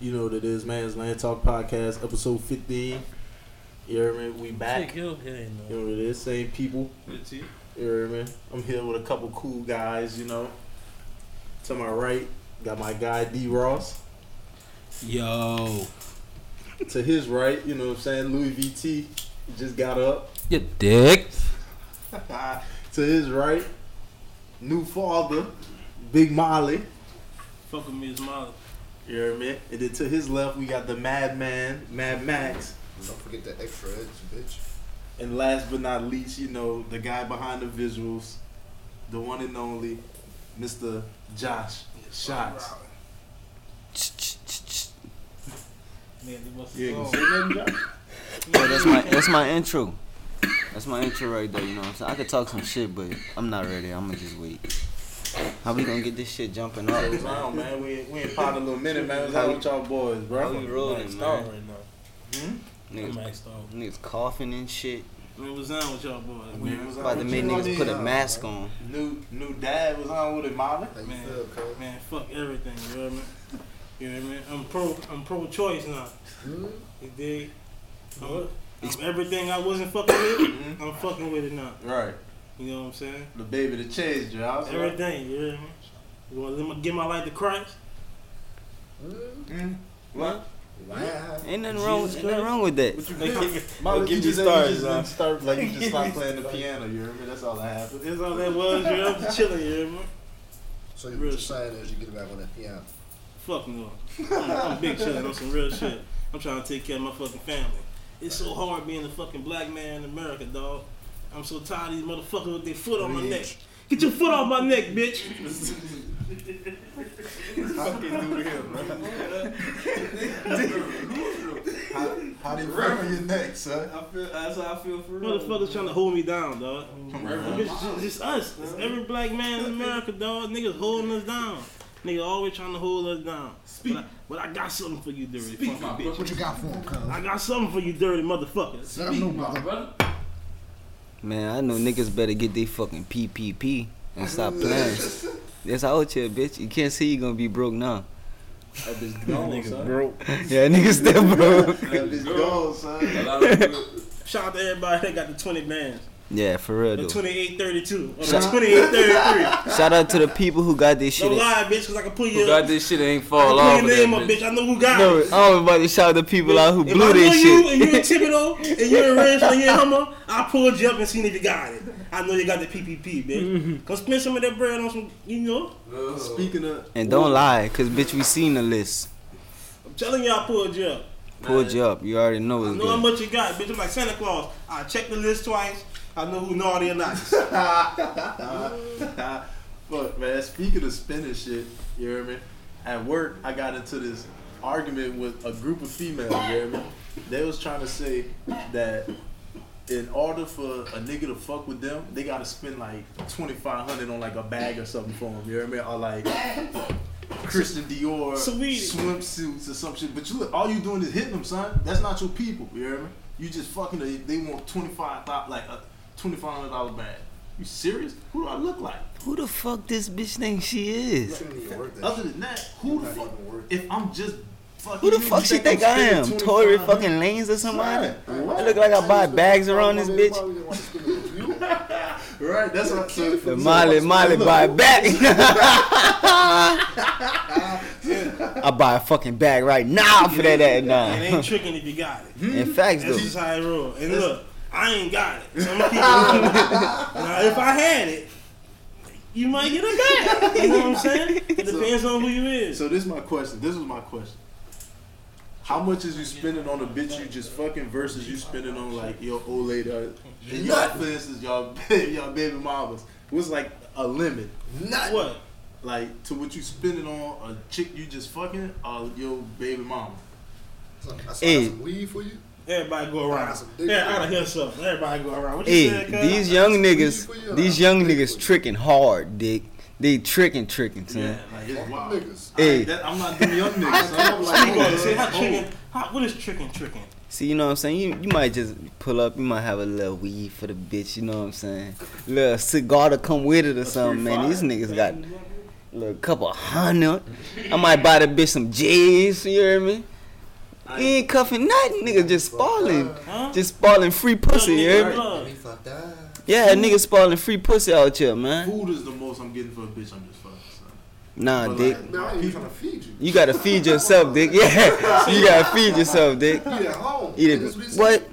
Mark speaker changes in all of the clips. Speaker 1: You know what it is, man's Land Talk Podcast, episode 15. You hear me? We back.
Speaker 2: Shit, you don't get it,
Speaker 1: You
Speaker 2: no.
Speaker 1: know what it is? Same people.
Speaker 3: Good tea.
Speaker 1: You hear me? I'm here with a couple cool guys, you know. To my right, got my guy D Ross.
Speaker 4: Yo,
Speaker 1: to his right, you know what I'm saying? Louis VT just got up.
Speaker 4: you dick.
Speaker 1: to his right, new father, Big Molly.
Speaker 3: Fuck with me is Molly.
Speaker 1: You hear me? And then to his left, we got the madman, Mad Max.
Speaker 5: Don't forget the extra edge, bitch.
Speaker 1: And last but not least, you know, the guy behind the visuals, the one and only, Mr. Josh Shots.
Speaker 2: Man, they must
Speaker 1: Yeah,
Speaker 2: have
Speaker 1: you
Speaker 6: Yo, that's my that's my intro. That's my intro right there. You know, what I'm saying I could talk some shit, but I'm not ready. I'm gonna just wait. How we gonna get this shit jumping up?
Speaker 1: So it's on, man. We, we ain't part a little minute, man. What's up with y'all boys,
Speaker 6: How
Speaker 1: bro?
Speaker 6: we
Speaker 2: might
Speaker 6: rolling,
Speaker 2: start
Speaker 6: man?
Speaker 2: right now.
Speaker 1: Hmm?
Speaker 2: I
Speaker 6: Niggas,
Speaker 2: might start.
Speaker 6: niggas coughing and shit.
Speaker 3: What was down with y'all boys?
Speaker 1: We was
Speaker 6: About to
Speaker 1: on-
Speaker 6: make
Speaker 1: you know what
Speaker 6: niggas put
Speaker 1: I
Speaker 6: a
Speaker 1: mean?
Speaker 6: mask on.
Speaker 1: New new dad was on with it, Molly.
Speaker 5: How you
Speaker 3: Man.
Speaker 5: feel, cuz?
Speaker 3: Man, fuck everything, you know what I mean? You know what I mean? I'm pro I'm pro choice now.
Speaker 5: Hmm?
Speaker 3: You dig? I'm,
Speaker 6: Ex-
Speaker 1: Hmm?
Speaker 3: I'm everything I wasn't fucking with,
Speaker 1: Mhm.
Speaker 3: I'm fucking with it now.
Speaker 1: Right.
Speaker 3: You know what I'm saying?
Speaker 1: The baby that changed you. I was like,
Speaker 3: Everything, you know what I mean? You wanna let me give my life to Christ?
Speaker 5: Hmm?
Speaker 1: mm, what?
Speaker 5: Wow.
Speaker 6: Ain't nothing wrong.
Speaker 3: Jesus
Speaker 6: Ain't nothing
Speaker 3: Christ.
Speaker 6: wrong with that.
Speaker 1: What you
Speaker 3: Like,
Speaker 1: did?
Speaker 2: I'll
Speaker 1: Molly,
Speaker 2: give
Speaker 1: you
Speaker 2: you
Speaker 1: just, you
Speaker 2: stars,
Speaker 1: just
Speaker 2: huh?
Speaker 1: didn't start like you just stopped playing the piano. You remember? That's all that happened.
Speaker 3: That's all that was, you know? I'm just chilling, you know what I mean?
Speaker 5: So you- what you're saying is you get back on that piano.
Speaker 3: Fuck no. I'm, I'm big chilling on some real shit. I'm trying to take care of my fucking family. It's so hard being a fucking black man in America, dog. I'm so tired of these motherfuckers with their foot on my neck. Get your foot off my neck, bitch.
Speaker 1: fucking new to him, how, how they run your neck, son?
Speaker 4: I feel that's how I feel for real.
Speaker 3: Motherfuckers trying to hold me down, dog. It's just, it's us. It's every black man in America, dog. Niggas holding us down. Nigga always trying to hold us down. But, I, but I got something for you, dirty fucking bitch.
Speaker 5: What you got for him,
Speaker 3: I
Speaker 5: cuz?
Speaker 3: got something for you, dirty motherfuckers.
Speaker 5: Let him know, brother.
Speaker 6: Man, I know niggas better get they fucking PPP and stop playing. That's out here, bitch. You can't say you gonna be broke now.
Speaker 1: That bitch gone, son.
Speaker 6: Broke. Yeah, niggas still
Speaker 1: That
Speaker 6: broke.
Speaker 1: bitch gone, son.
Speaker 4: A lot of people-
Speaker 3: Shout out to everybody that got the 20 bands.
Speaker 6: Yeah, for real
Speaker 3: The
Speaker 6: though.
Speaker 3: 2832 or the
Speaker 6: Shut-
Speaker 3: 2833.
Speaker 6: Shout out to the people who got this shit.
Speaker 3: Don't
Speaker 6: in-
Speaker 3: lie, bitch, because I can pull
Speaker 4: who
Speaker 3: your,
Speaker 4: got
Speaker 3: I
Speaker 4: this shit ain't
Speaker 3: can
Speaker 4: fall
Speaker 3: pull
Speaker 4: off.
Speaker 3: your
Speaker 4: of
Speaker 3: name
Speaker 4: that
Speaker 3: up,
Speaker 4: bitch.
Speaker 3: bitch. I know who got
Speaker 6: No,
Speaker 3: it.
Speaker 6: I'm about to shout out the people out who
Speaker 3: If
Speaker 6: blew
Speaker 3: I know
Speaker 6: this
Speaker 3: you
Speaker 6: shit.
Speaker 3: and you're in Thibodeau and you're in Ranch and you're in Hummer, I pulled you up and seen if you got it. I know you got the PPP,
Speaker 6: Mm-hmm.
Speaker 3: bitch. Go spend some of that bread on some, you know.
Speaker 1: Speaking of,
Speaker 6: And don't lie, cause bitch, we seen the list.
Speaker 3: I'm telling you, I pulled you up.
Speaker 6: Pulled you up. You already know
Speaker 3: I
Speaker 6: it's
Speaker 3: know how
Speaker 6: good.
Speaker 3: much you got, bitch. I'm like Santa Claus. I checked the list twice. I know who naughty or not.
Speaker 1: Fuck, man. Speaking of spinning shit, you hear me? At work, I got into this argument with a group of females, you hear me? They was trying to say that in order for a nigga to fuck with them, they gotta spend like 2500 on like a bag or something for them, you hear me? Or like Christian Dior
Speaker 3: Sweetie.
Speaker 1: swimsuits or some shit. But you, all you doing is hitting them, son. That's not your people, you hear me? You just fucking, they, they want 25 like a $2,500 bag. You serious? Who do I look like?
Speaker 6: Who the fuck this bitch think she is?
Speaker 5: You don't even work that
Speaker 1: Other
Speaker 5: shit.
Speaker 1: than that, who the
Speaker 5: Not
Speaker 1: fuck?
Speaker 5: even worth it.
Speaker 1: If I'm just fucking,
Speaker 6: Who the
Speaker 1: you,
Speaker 6: fuck
Speaker 1: you
Speaker 6: she think I
Speaker 1: I'm
Speaker 6: am?
Speaker 1: spending
Speaker 6: Tory
Speaker 1: 2500?
Speaker 6: fucking Lanes or somebody?
Speaker 1: Right.
Speaker 6: I look like I buy bags around this
Speaker 5: Everybody
Speaker 6: bitch.
Speaker 5: wanna spend it with you.
Speaker 1: Right, that's what. So,
Speaker 6: The Molly, Molly buy a bag. I buy a fucking bag right now for that that
Speaker 3: It
Speaker 6: nah.
Speaker 3: ain't tricking if you got it.
Speaker 6: In facts
Speaker 3: That's
Speaker 6: though.
Speaker 3: just how it roll. And look, I ain't got it. So I'm gonna keep it real. Now, if I had it, you might get a bag. You know what I'm saying? It depends on who you is.
Speaker 1: so this is my question. This is my question. How much is you spending on a bitch you just fucking versus you spending on like your old lady? Or, and y'all, for instance, y'all baby, y'all baby mamas. What's like a limit,
Speaker 3: what?
Speaker 1: like to what you spending on a chick you just fucking or your baby mama?
Speaker 5: I saw
Speaker 6: Hey.
Speaker 5: some weed for you.
Speaker 3: Everybody go around. Yeah, I gotta hear something. Everybody go around. What you
Speaker 6: Hey,
Speaker 3: said, cuz?
Speaker 6: these young
Speaker 5: for you.
Speaker 6: niggas, these young niggas tricking hard, dick. They tricking, tricking,
Speaker 1: Yeah,
Speaker 6: son.
Speaker 1: like it's
Speaker 5: Fuck
Speaker 1: wild.
Speaker 5: niggas.
Speaker 1: I ain't
Speaker 6: Hey.
Speaker 1: that, I'm not them young niggas. so I'm like,
Speaker 3: Speak on
Speaker 1: oh,
Speaker 3: it. See, how
Speaker 1: oh.
Speaker 3: tricking? How, what is tricking? Tricking?
Speaker 6: See, you know what I'm saying? You, you might just pull up, you might have a little weed for the bitch, you know what I'm saying? Little cigar to come with it or something, man. These niggas got little couple hundred. I might buy the bitch some J's, you hear me? He ain't cuffing nothing, nigga. Just spalling,
Speaker 3: Huh?
Speaker 6: just spalling free pussy, you hear
Speaker 5: Let
Speaker 6: me?
Speaker 3: Blood.
Speaker 5: me fuck that.
Speaker 6: Yeah, nigga spalling free pussy out here, man.
Speaker 1: Food is the most I'm getting for a bitch. I'm just fucking. Son.
Speaker 6: Nah, dick.
Speaker 5: Man, I ain't even trying to feed you.
Speaker 6: You gotta feed yourself, dick. Yeah, you gotta feed yourself, dick.
Speaker 5: Eat at home.
Speaker 6: Eat
Speaker 5: That's he
Speaker 6: it.
Speaker 5: said.
Speaker 6: What?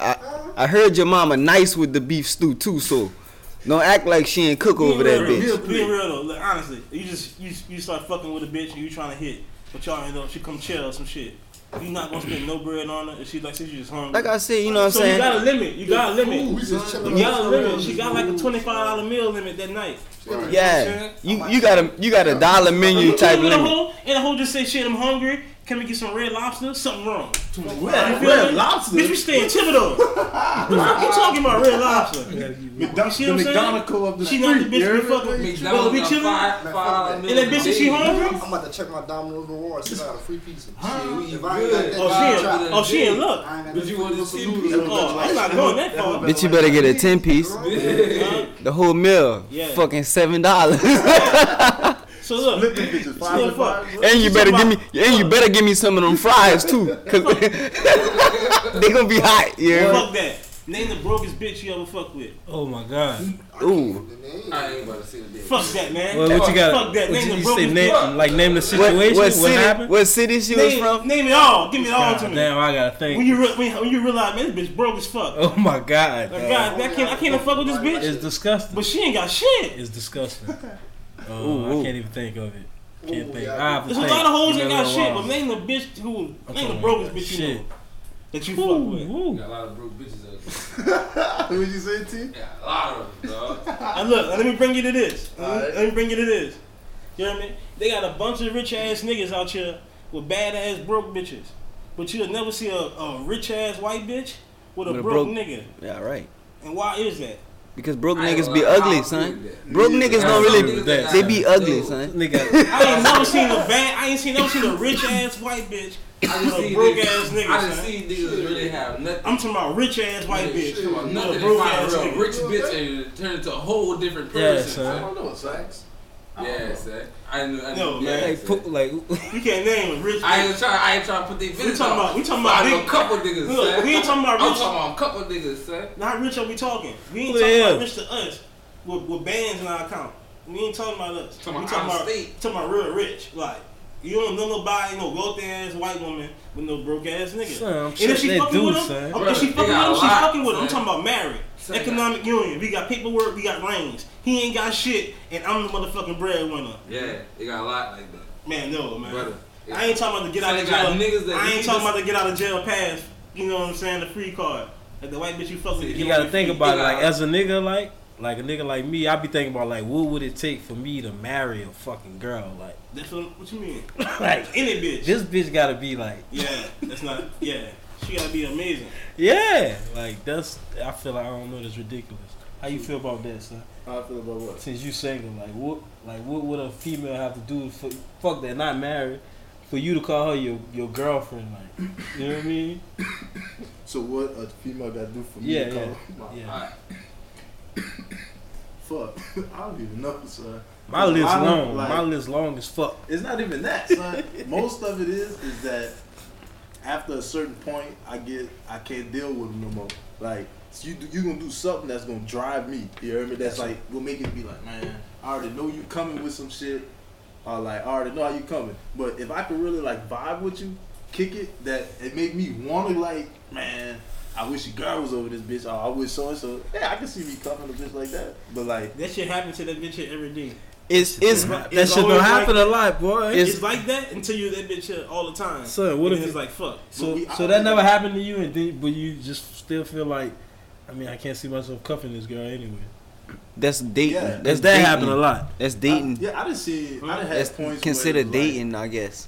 Speaker 6: I, I heard your mama nice with the beef stew too, so don't act like she ain't cook over that
Speaker 3: Being
Speaker 6: bitch.
Speaker 3: real- Being real though, like, honestly, you just you, you start fucking with a bitch and you trying to hit, but y'all end up she come chill or some shit. You not gonna spend no bread on her, and she like says you just hungry.
Speaker 6: Like I said, you know what I'm
Speaker 3: so you got a
Speaker 6: saying?
Speaker 3: limit. You got a
Speaker 5: Ooh, we
Speaker 3: limit.
Speaker 5: just chilling.
Speaker 3: You
Speaker 5: on
Speaker 3: got a
Speaker 5: the
Speaker 3: limit.
Speaker 5: couch.
Speaker 3: She got like a twenty five dollar meal limit that night.
Speaker 6: Yeah, you you got a you got a dollar menu type
Speaker 3: in a
Speaker 6: limit.
Speaker 3: hole, in a hole, just say shit. I'm hungry. Can we get some red lobster? Something wrong.
Speaker 1: Red,
Speaker 3: feel
Speaker 1: red
Speaker 3: me?
Speaker 1: lobster.
Speaker 3: Bitch, we stay in Thibodeau. what the fuck you talking about red lobster?
Speaker 1: McDonald's,
Speaker 3: You
Speaker 1: the
Speaker 3: see what I'm saying?
Speaker 1: McDonald's up the
Speaker 3: She
Speaker 1: street.
Speaker 3: not the bitch
Speaker 1: you
Speaker 3: we
Speaker 1: heard me?
Speaker 3: fucking. Bro,
Speaker 4: McDonald's
Speaker 3: we
Speaker 4: got
Speaker 3: chilling.
Speaker 4: five-
Speaker 5: Man, fuck
Speaker 4: five
Speaker 5: that.
Speaker 3: And that bitch, if she
Speaker 4: days.
Speaker 5: I'm
Speaker 3: hungry?
Speaker 5: about to check my Domino's rewards. See if I got a free pizza.
Speaker 4: Huh?
Speaker 5: Shit, if I ain't got that,
Speaker 4: Good.
Speaker 3: Oh,
Speaker 5: I'll
Speaker 3: she
Speaker 5: try.
Speaker 3: in, oh, she in luck.
Speaker 5: I ain't got
Speaker 4: But
Speaker 5: that
Speaker 4: you
Speaker 5: free
Speaker 4: wanted to
Speaker 5: pizza
Speaker 4: see
Speaker 5: noodle.
Speaker 4: pizza.
Speaker 3: Oh, I'm not going that far. uh,
Speaker 6: Bitch, you better get a ten piece.
Speaker 3: Huh?
Speaker 6: The whole meal,
Speaker 3: Yeah.
Speaker 6: fucking seven dollars, and
Speaker 3: So look,
Speaker 1: Flip them bitches, five and
Speaker 3: fuck.
Speaker 1: five.
Speaker 6: you better give me and you better give me some of them fries too, cause they gonna be hot. Yeah.
Speaker 3: fuck that. Name the brokest bitch you ever fuck with.
Speaker 2: Oh my god.
Speaker 6: Ooh.
Speaker 4: I ain't about to see the bitch.
Speaker 3: Fuck that, man.
Speaker 2: Well, what you got?
Speaker 3: Fuck that.
Speaker 2: What
Speaker 3: Name
Speaker 2: you,
Speaker 3: the
Speaker 2: you say?
Speaker 3: brokest
Speaker 2: Name,
Speaker 3: bitch.
Speaker 2: like name the
Speaker 6: What,
Speaker 2: situation. What,
Speaker 6: what, city?
Speaker 2: happened?
Speaker 6: What city she was
Speaker 3: Name,
Speaker 6: from?
Speaker 3: name it all. Give me it all
Speaker 2: God
Speaker 3: to me.
Speaker 2: damn, I gotta think.
Speaker 3: When you re- when, when you realize, man, this bitch broke as fuck.
Speaker 2: oh my god.
Speaker 3: Like,
Speaker 2: dog.
Speaker 3: God, I can't I can't fuck with this bitch.
Speaker 2: It's disgusting.
Speaker 3: But she ain't got shit.
Speaker 2: It's disgusting. Uh,
Speaker 6: Ooh, ooh.
Speaker 2: I can't even think of it. Can't
Speaker 5: Ooh,
Speaker 2: think.
Speaker 5: yeah,
Speaker 2: I have to
Speaker 3: There's a
Speaker 2: think.
Speaker 3: lot of hoes
Speaker 2: Give
Speaker 3: ain't
Speaker 2: me
Speaker 3: got
Speaker 2: another
Speaker 3: shit.
Speaker 2: while.
Speaker 3: But name the bitch who
Speaker 2: I'm
Speaker 3: name the
Speaker 2: talking
Speaker 3: brokest
Speaker 2: about
Speaker 3: bitch you
Speaker 2: shit.
Speaker 3: know that you
Speaker 2: Ooh,
Speaker 3: fuck with.
Speaker 2: ooh.
Speaker 4: Got a lot of broke bitches out there.
Speaker 1: What'd you say, T?
Speaker 4: Got a lot of them, dog.
Speaker 3: And look, let me bring you to this. Let me,
Speaker 1: Alright.
Speaker 3: let me bring you to this. You know what I mean? They got a bunch of rich ass niggas out here with bad ass broke bitches. But you'll never see a, a rich ass white bitch with a,
Speaker 6: With a
Speaker 3: broke,
Speaker 6: broke-
Speaker 3: nigga.
Speaker 6: Yeah, right.
Speaker 3: And why is that?
Speaker 6: Because broke
Speaker 4: I ain't
Speaker 6: niggas
Speaker 4: gonna
Speaker 6: be
Speaker 4: lie, I
Speaker 6: ugly,
Speaker 4: agree
Speaker 6: son.
Speaker 4: with that.
Speaker 6: Broke
Speaker 2: Yeah.
Speaker 6: niggas
Speaker 4: Some
Speaker 6: don't really.
Speaker 4: niggas that
Speaker 6: They
Speaker 4: got
Speaker 6: be
Speaker 4: that.
Speaker 6: ugly,
Speaker 4: They-
Speaker 6: son.
Speaker 2: Nigga,
Speaker 3: I ain't never seen a bad I ain't seen never seen a rich ass white bitch
Speaker 4: I
Speaker 3: with
Speaker 4: just
Speaker 3: a
Speaker 4: seen
Speaker 3: broke
Speaker 4: niggas-
Speaker 3: ass
Speaker 4: I
Speaker 3: nigga.
Speaker 4: just
Speaker 3: son.
Speaker 4: seen niggas really have nothing.
Speaker 3: I'm talking about rich ass white bitch.
Speaker 4: Shit, about
Speaker 3: With a
Speaker 4: Nothing to
Speaker 3: broke
Speaker 4: find
Speaker 3: ass
Speaker 4: a real
Speaker 3: nigga.
Speaker 4: rich bitch and turn into a whole different
Speaker 2: Yeah,
Speaker 4: person.
Speaker 2: son.
Speaker 4: Yeah,
Speaker 5: I don't know, Sax.
Speaker 4: yeah, son. I knew. I knew.
Speaker 3: No,
Speaker 4: yeah,
Speaker 3: man.
Speaker 4: son.
Speaker 6: like,
Speaker 3: You can't name a rich
Speaker 4: I
Speaker 3: bitch.
Speaker 4: ain't trying. I ain't trying to put their business.
Speaker 3: talking
Speaker 4: out.
Speaker 3: about- we talking
Speaker 4: But
Speaker 3: about
Speaker 4: I know a
Speaker 3: big-
Speaker 4: couple niggas.
Speaker 3: Look,
Speaker 4: son.
Speaker 3: we ain't talking about
Speaker 4: I'm
Speaker 3: rich-
Speaker 4: talking about a couple niggas, son.
Speaker 3: Not rich are we talking. We ain't
Speaker 2: Who the
Speaker 3: talking
Speaker 2: hell?
Speaker 3: about rich to us with, with bands in our account. We ain't talking about us.
Speaker 4: Talking
Speaker 3: we
Speaker 4: about
Speaker 3: talking
Speaker 4: out
Speaker 3: about,
Speaker 4: of state.
Speaker 3: talking about real rich. Like, you don't know nobody, no goat ass white woman with no broke ass nigga.
Speaker 2: Son, I'm
Speaker 3: and
Speaker 2: sure
Speaker 3: if she
Speaker 2: they
Speaker 3: fucking
Speaker 2: do,
Speaker 3: with him,
Speaker 2: son.
Speaker 3: if she
Speaker 4: Bruh,
Speaker 3: fucking with
Speaker 4: they got
Speaker 3: him,
Speaker 4: a
Speaker 3: she
Speaker 4: lot,
Speaker 3: fucking with him. I'm
Speaker 4: son.
Speaker 3: talking about married.
Speaker 4: Son, they
Speaker 3: Economic union. We got paperwork, we got reins. He ain't got shit, and I'm the motherfucking breadwinner.
Speaker 4: Yeah, they got a lot like that,
Speaker 3: Man, no, man.
Speaker 4: brother.
Speaker 3: I ain't talking about to get
Speaker 4: So
Speaker 3: out
Speaker 4: they
Speaker 3: of
Speaker 4: got
Speaker 3: jail.
Speaker 4: niggas that
Speaker 3: I ain't
Speaker 4: leave
Speaker 3: talking
Speaker 4: us-
Speaker 3: about to get out of jail pass. You know what I'm saying? The free card. Like the white bitch you fuck with. to
Speaker 2: you
Speaker 3: get
Speaker 2: gotta
Speaker 3: away
Speaker 2: think
Speaker 3: free.
Speaker 2: about it. Like as a nigga, like like a nigga like me, I be thinking about like what would it take for me to marry a fucking girl? Like
Speaker 3: That's what, what you mean.
Speaker 2: like
Speaker 3: Any bitch.
Speaker 2: this bitch gotta be like
Speaker 3: yeah, that's not. Yeah, she gotta be amazing.
Speaker 2: yeah, like that's I feel like I don't know that's ridiculous. How you feel about that, son?
Speaker 1: How I feel about what?
Speaker 2: Since you single, like what like what would a female have to do for fuck that not married for you to call her your your girlfriend? Like you know what I mean?
Speaker 1: So what a female got to do for me to
Speaker 2: Yeah,
Speaker 1: call
Speaker 2: yeah.
Speaker 1: my
Speaker 2: Yeah,
Speaker 1: fuck? I don't even know, son.
Speaker 2: my list
Speaker 1: I don't
Speaker 2: long,
Speaker 1: like-
Speaker 2: my list long as fuck.
Speaker 1: It's not even that, son. Most of it is is that after a certain point, I get I can't deal with them no more. Like you you gonna do something that's gonna drive me. You hear me? That's like gonna make it be like, man, I already know you coming with some shit. Or like I already know how you coming. But if I could really like vibe with you, kick it, that it make me wanna like, man. I wish your girl was over this bitch. Or I wish so and so. Yeah, I can see me cuffing a bitch like that. But like,
Speaker 3: That shit happen to that bitch here every day.
Speaker 6: it's it's
Speaker 2: That shit
Speaker 3: always
Speaker 2: don't happen a lot, boy.
Speaker 3: It's,
Speaker 6: It's-
Speaker 3: like that until you that bitch here all the time.
Speaker 2: Son, what
Speaker 3: And
Speaker 2: if
Speaker 3: it's
Speaker 2: it-
Speaker 3: like fuck?
Speaker 2: So,
Speaker 1: But we- I
Speaker 2: so
Speaker 1: don't
Speaker 2: that
Speaker 1: think
Speaker 2: never
Speaker 1: I-
Speaker 2: happened to you, and then, but you just still feel like, I mean, I can't see myself cuffing this girl anyway.
Speaker 6: that's dating.
Speaker 1: Yeah.
Speaker 6: That's
Speaker 2: that
Speaker 6: dating.
Speaker 2: happened a lot.
Speaker 6: That's
Speaker 1: I,
Speaker 6: dating.
Speaker 1: yeah, I didn't see. I didn't
Speaker 6: That's
Speaker 1: have points. where
Speaker 6: considered
Speaker 1: it was like-
Speaker 6: dating, I guess.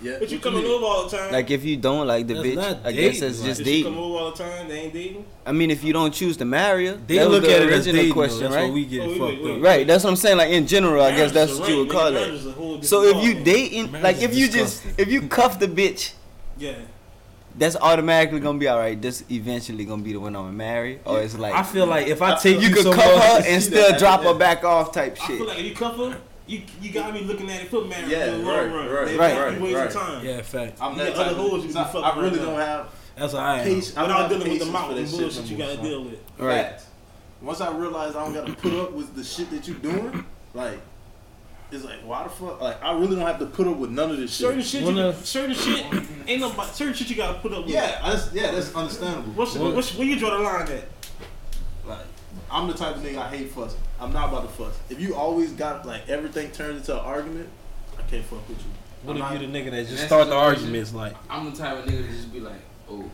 Speaker 1: Yeah.
Speaker 3: But you
Speaker 1: What
Speaker 3: coming
Speaker 1: mean?
Speaker 3: over all the time.
Speaker 6: Like if you don't like the
Speaker 2: That's
Speaker 6: bitch,
Speaker 2: not
Speaker 6: I guess
Speaker 2: dating,
Speaker 6: that's
Speaker 2: like-
Speaker 6: just
Speaker 3: Bitch, you come
Speaker 6: dating.
Speaker 3: over all the time. They ain't dating.
Speaker 6: I mean, if you don't choose to marry her,
Speaker 2: They
Speaker 6: that
Speaker 2: look
Speaker 6: was the
Speaker 2: at it as
Speaker 6: original
Speaker 2: dating,
Speaker 6: question,
Speaker 2: question, That's
Speaker 6: right?
Speaker 2: what we get
Speaker 3: Oh, wait,
Speaker 2: fucked
Speaker 3: wait,
Speaker 2: up.
Speaker 3: wait.
Speaker 6: Right. That's what I'm saying. Like in general, I guess that's
Speaker 3: Marriage,
Speaker 6: what you would
Speaker 3: nigga,
Speaker 6: call
Speaker 3: marriage
Speaker 6: it.
Speaker 3: is a whole
Speaker 6: So
Speaker 3: different
Speaker 6: if you
Speaker 3: ballgame.
Speaker 6: dating,
Speaker 2: Marriage
Speaker 6: like
Speaker 2: is
Speaker 6: if you just
Speaker 2: disgusting.
Speaker 6: if you cuff the bitch,
Speaker 3: yeah,
Speaker 6: that's automatically gonna be all right. This eventually gonna be the one I'm gonna marry, or it's like
Speaker 2: I feel like if
Speaker 1: I
Speaker 2: I take
Speaker 1: feel
Speaker 2: you,
Speaker 6: you could
Speaker 2: somewhere,
Speaker 6: cuff her
Speaker 1: see
Speaker 6: and
Speaker 1: that
Speaker 6: still
Speaker 1: at
Speaker 6: drop
Speaker 1: the
Speaker 6: her
Speaker 1: end.
Speaker 6: back off type
Speaker 3: I feel
Speaker 6: shit.
Speaker 3: like if you cuff her, you you gotta be looking at it for marriage
Speaker 1: Yeah,
Speaker 3: in the long
Speaker 1: right,
Speaker 3: run.
Speaker 1: right,
Speaker 3: they
Speaker 7: right,
Speaker 3: You waste
Speaker 1: right.
Speaker 3: your time.
Speaker 2: Yeah, fact.
Speaker 1: I'm
Speaker 3: You
Speaker 1: that
Speaker 3: got other
Speaker 1: type
Speaker 3: hoes you
Speaker 1: of,
Speaker 3: be
Speaker 1: I,
Speaker 3: fucking
Speaker 1: I really
Speaker 3: right
Speaker 1: don't
Speaker 3: now.
Speaker 1: have
Speaker 2: That's what I am.
Speaker 1: patience. I don't
Speaker 3: Without
Speaker 1: have
Speaker 3: dealing with the
Speaker 1: patience for
Speaker 3: mountain
Speaker 1: that shit
Speaker 3: bullshit
Speaker 1: no
Speaker 3: you
Speaker 1: more,
Speaker 3: gotta
Speaker 1: son.
Speaker 3: deal with.
Speaker 7: Right.
Speaker 1: Facts. Once I realized I don't gotta put up with the shit that you doing, like it's like why the fuck? Like I really don't have to put up with none of this
Speaker 3: Certain
Speaker 1: shit.
Speaker 3: shit,
Speaker 2: One
Speaker 3: you,
Speaker 2: of-
Speaker 3: certain shit ain't nobody. Certain shit you gotta put up with.
Speaker 1: Yeah, that's yeah, that's understandable.
Speaker 3: What's,
Speaker 2: One-
Speaker 3: what's where you draw the line at?
Speaker 1: Like, I'm the type of nigga I hate fuss. I'm not about to fuss. If you always got like everything turned into an argument, I can't fuck with you.
Speaker 2: What
Speaker 1: I'm
Speaker 2: if
Speaker 1: not-
Speaker 2: you the nigga that just
Speaker 4: That's
Speaker 2: start the
Speaker 4: the-
Speaker 2: arguments like?
Speaker 4: I'm the type of nigga to just be like, oh.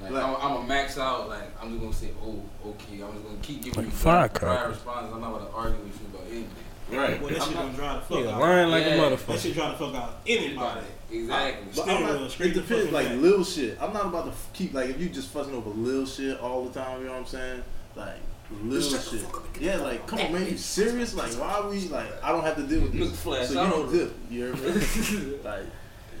Speaker 4: Like,
Speaker 1: Like-
Speaker 4: I'm, I'm gonna max out. Like I'm just gonna say, oh, okay. I'm just gonna keep giving
Speaker 2: Like
Speaker 4: you
Speaker 2: firecracker.
Speaker 4: prior responses. I'm not about to argue with you about anything.
Speaker 1: Right.
Speaker 3: Well, that shit gonna dry the fuck
Speaker 2: Nigga
Speaker 3: out.
Speaker 2: lying like
Speaker 4: Yeah.
Speaker 2: a
Speaker 3: That
Speaker 2: motherfucker.
Speaker 3: shit dry the fuck out anybody.
Speaker 4: Exactly.
Speaker 1: But I'm
Speaker 3: Stereo,
Speaker 1: not,
Speaker 3: straight
Speaker 1: it
Speaker 3: the
Speaker 1: depends,
Speaker 3: fucking
Speaker 1: like
Speaker 3: back.
Speaker 1: little shit. I'm not about to f- keep like if you just fussing over little shit all the time. You know what I'm saying? Like little
Speaker 5: Just shut the
Speaker 1: shit.
Speaker 5: fuck up and get
Speaker 1: Yeah,
Speaker 5: the
Speaker 1: like
Speaker 5: fuck
Speaker 1: come
Speaker 5: out.
Speaker 1: on, man, you serious? Like why are we like I don't have to deal with
Speaker 4: Look,
Speaker 1: this,
Speaker 4: flash
Speaker 1: so you
Speaker 4: out
Speaker 1: don't
Speaker 4: over.
Speaker 1: dip. You hear me? Like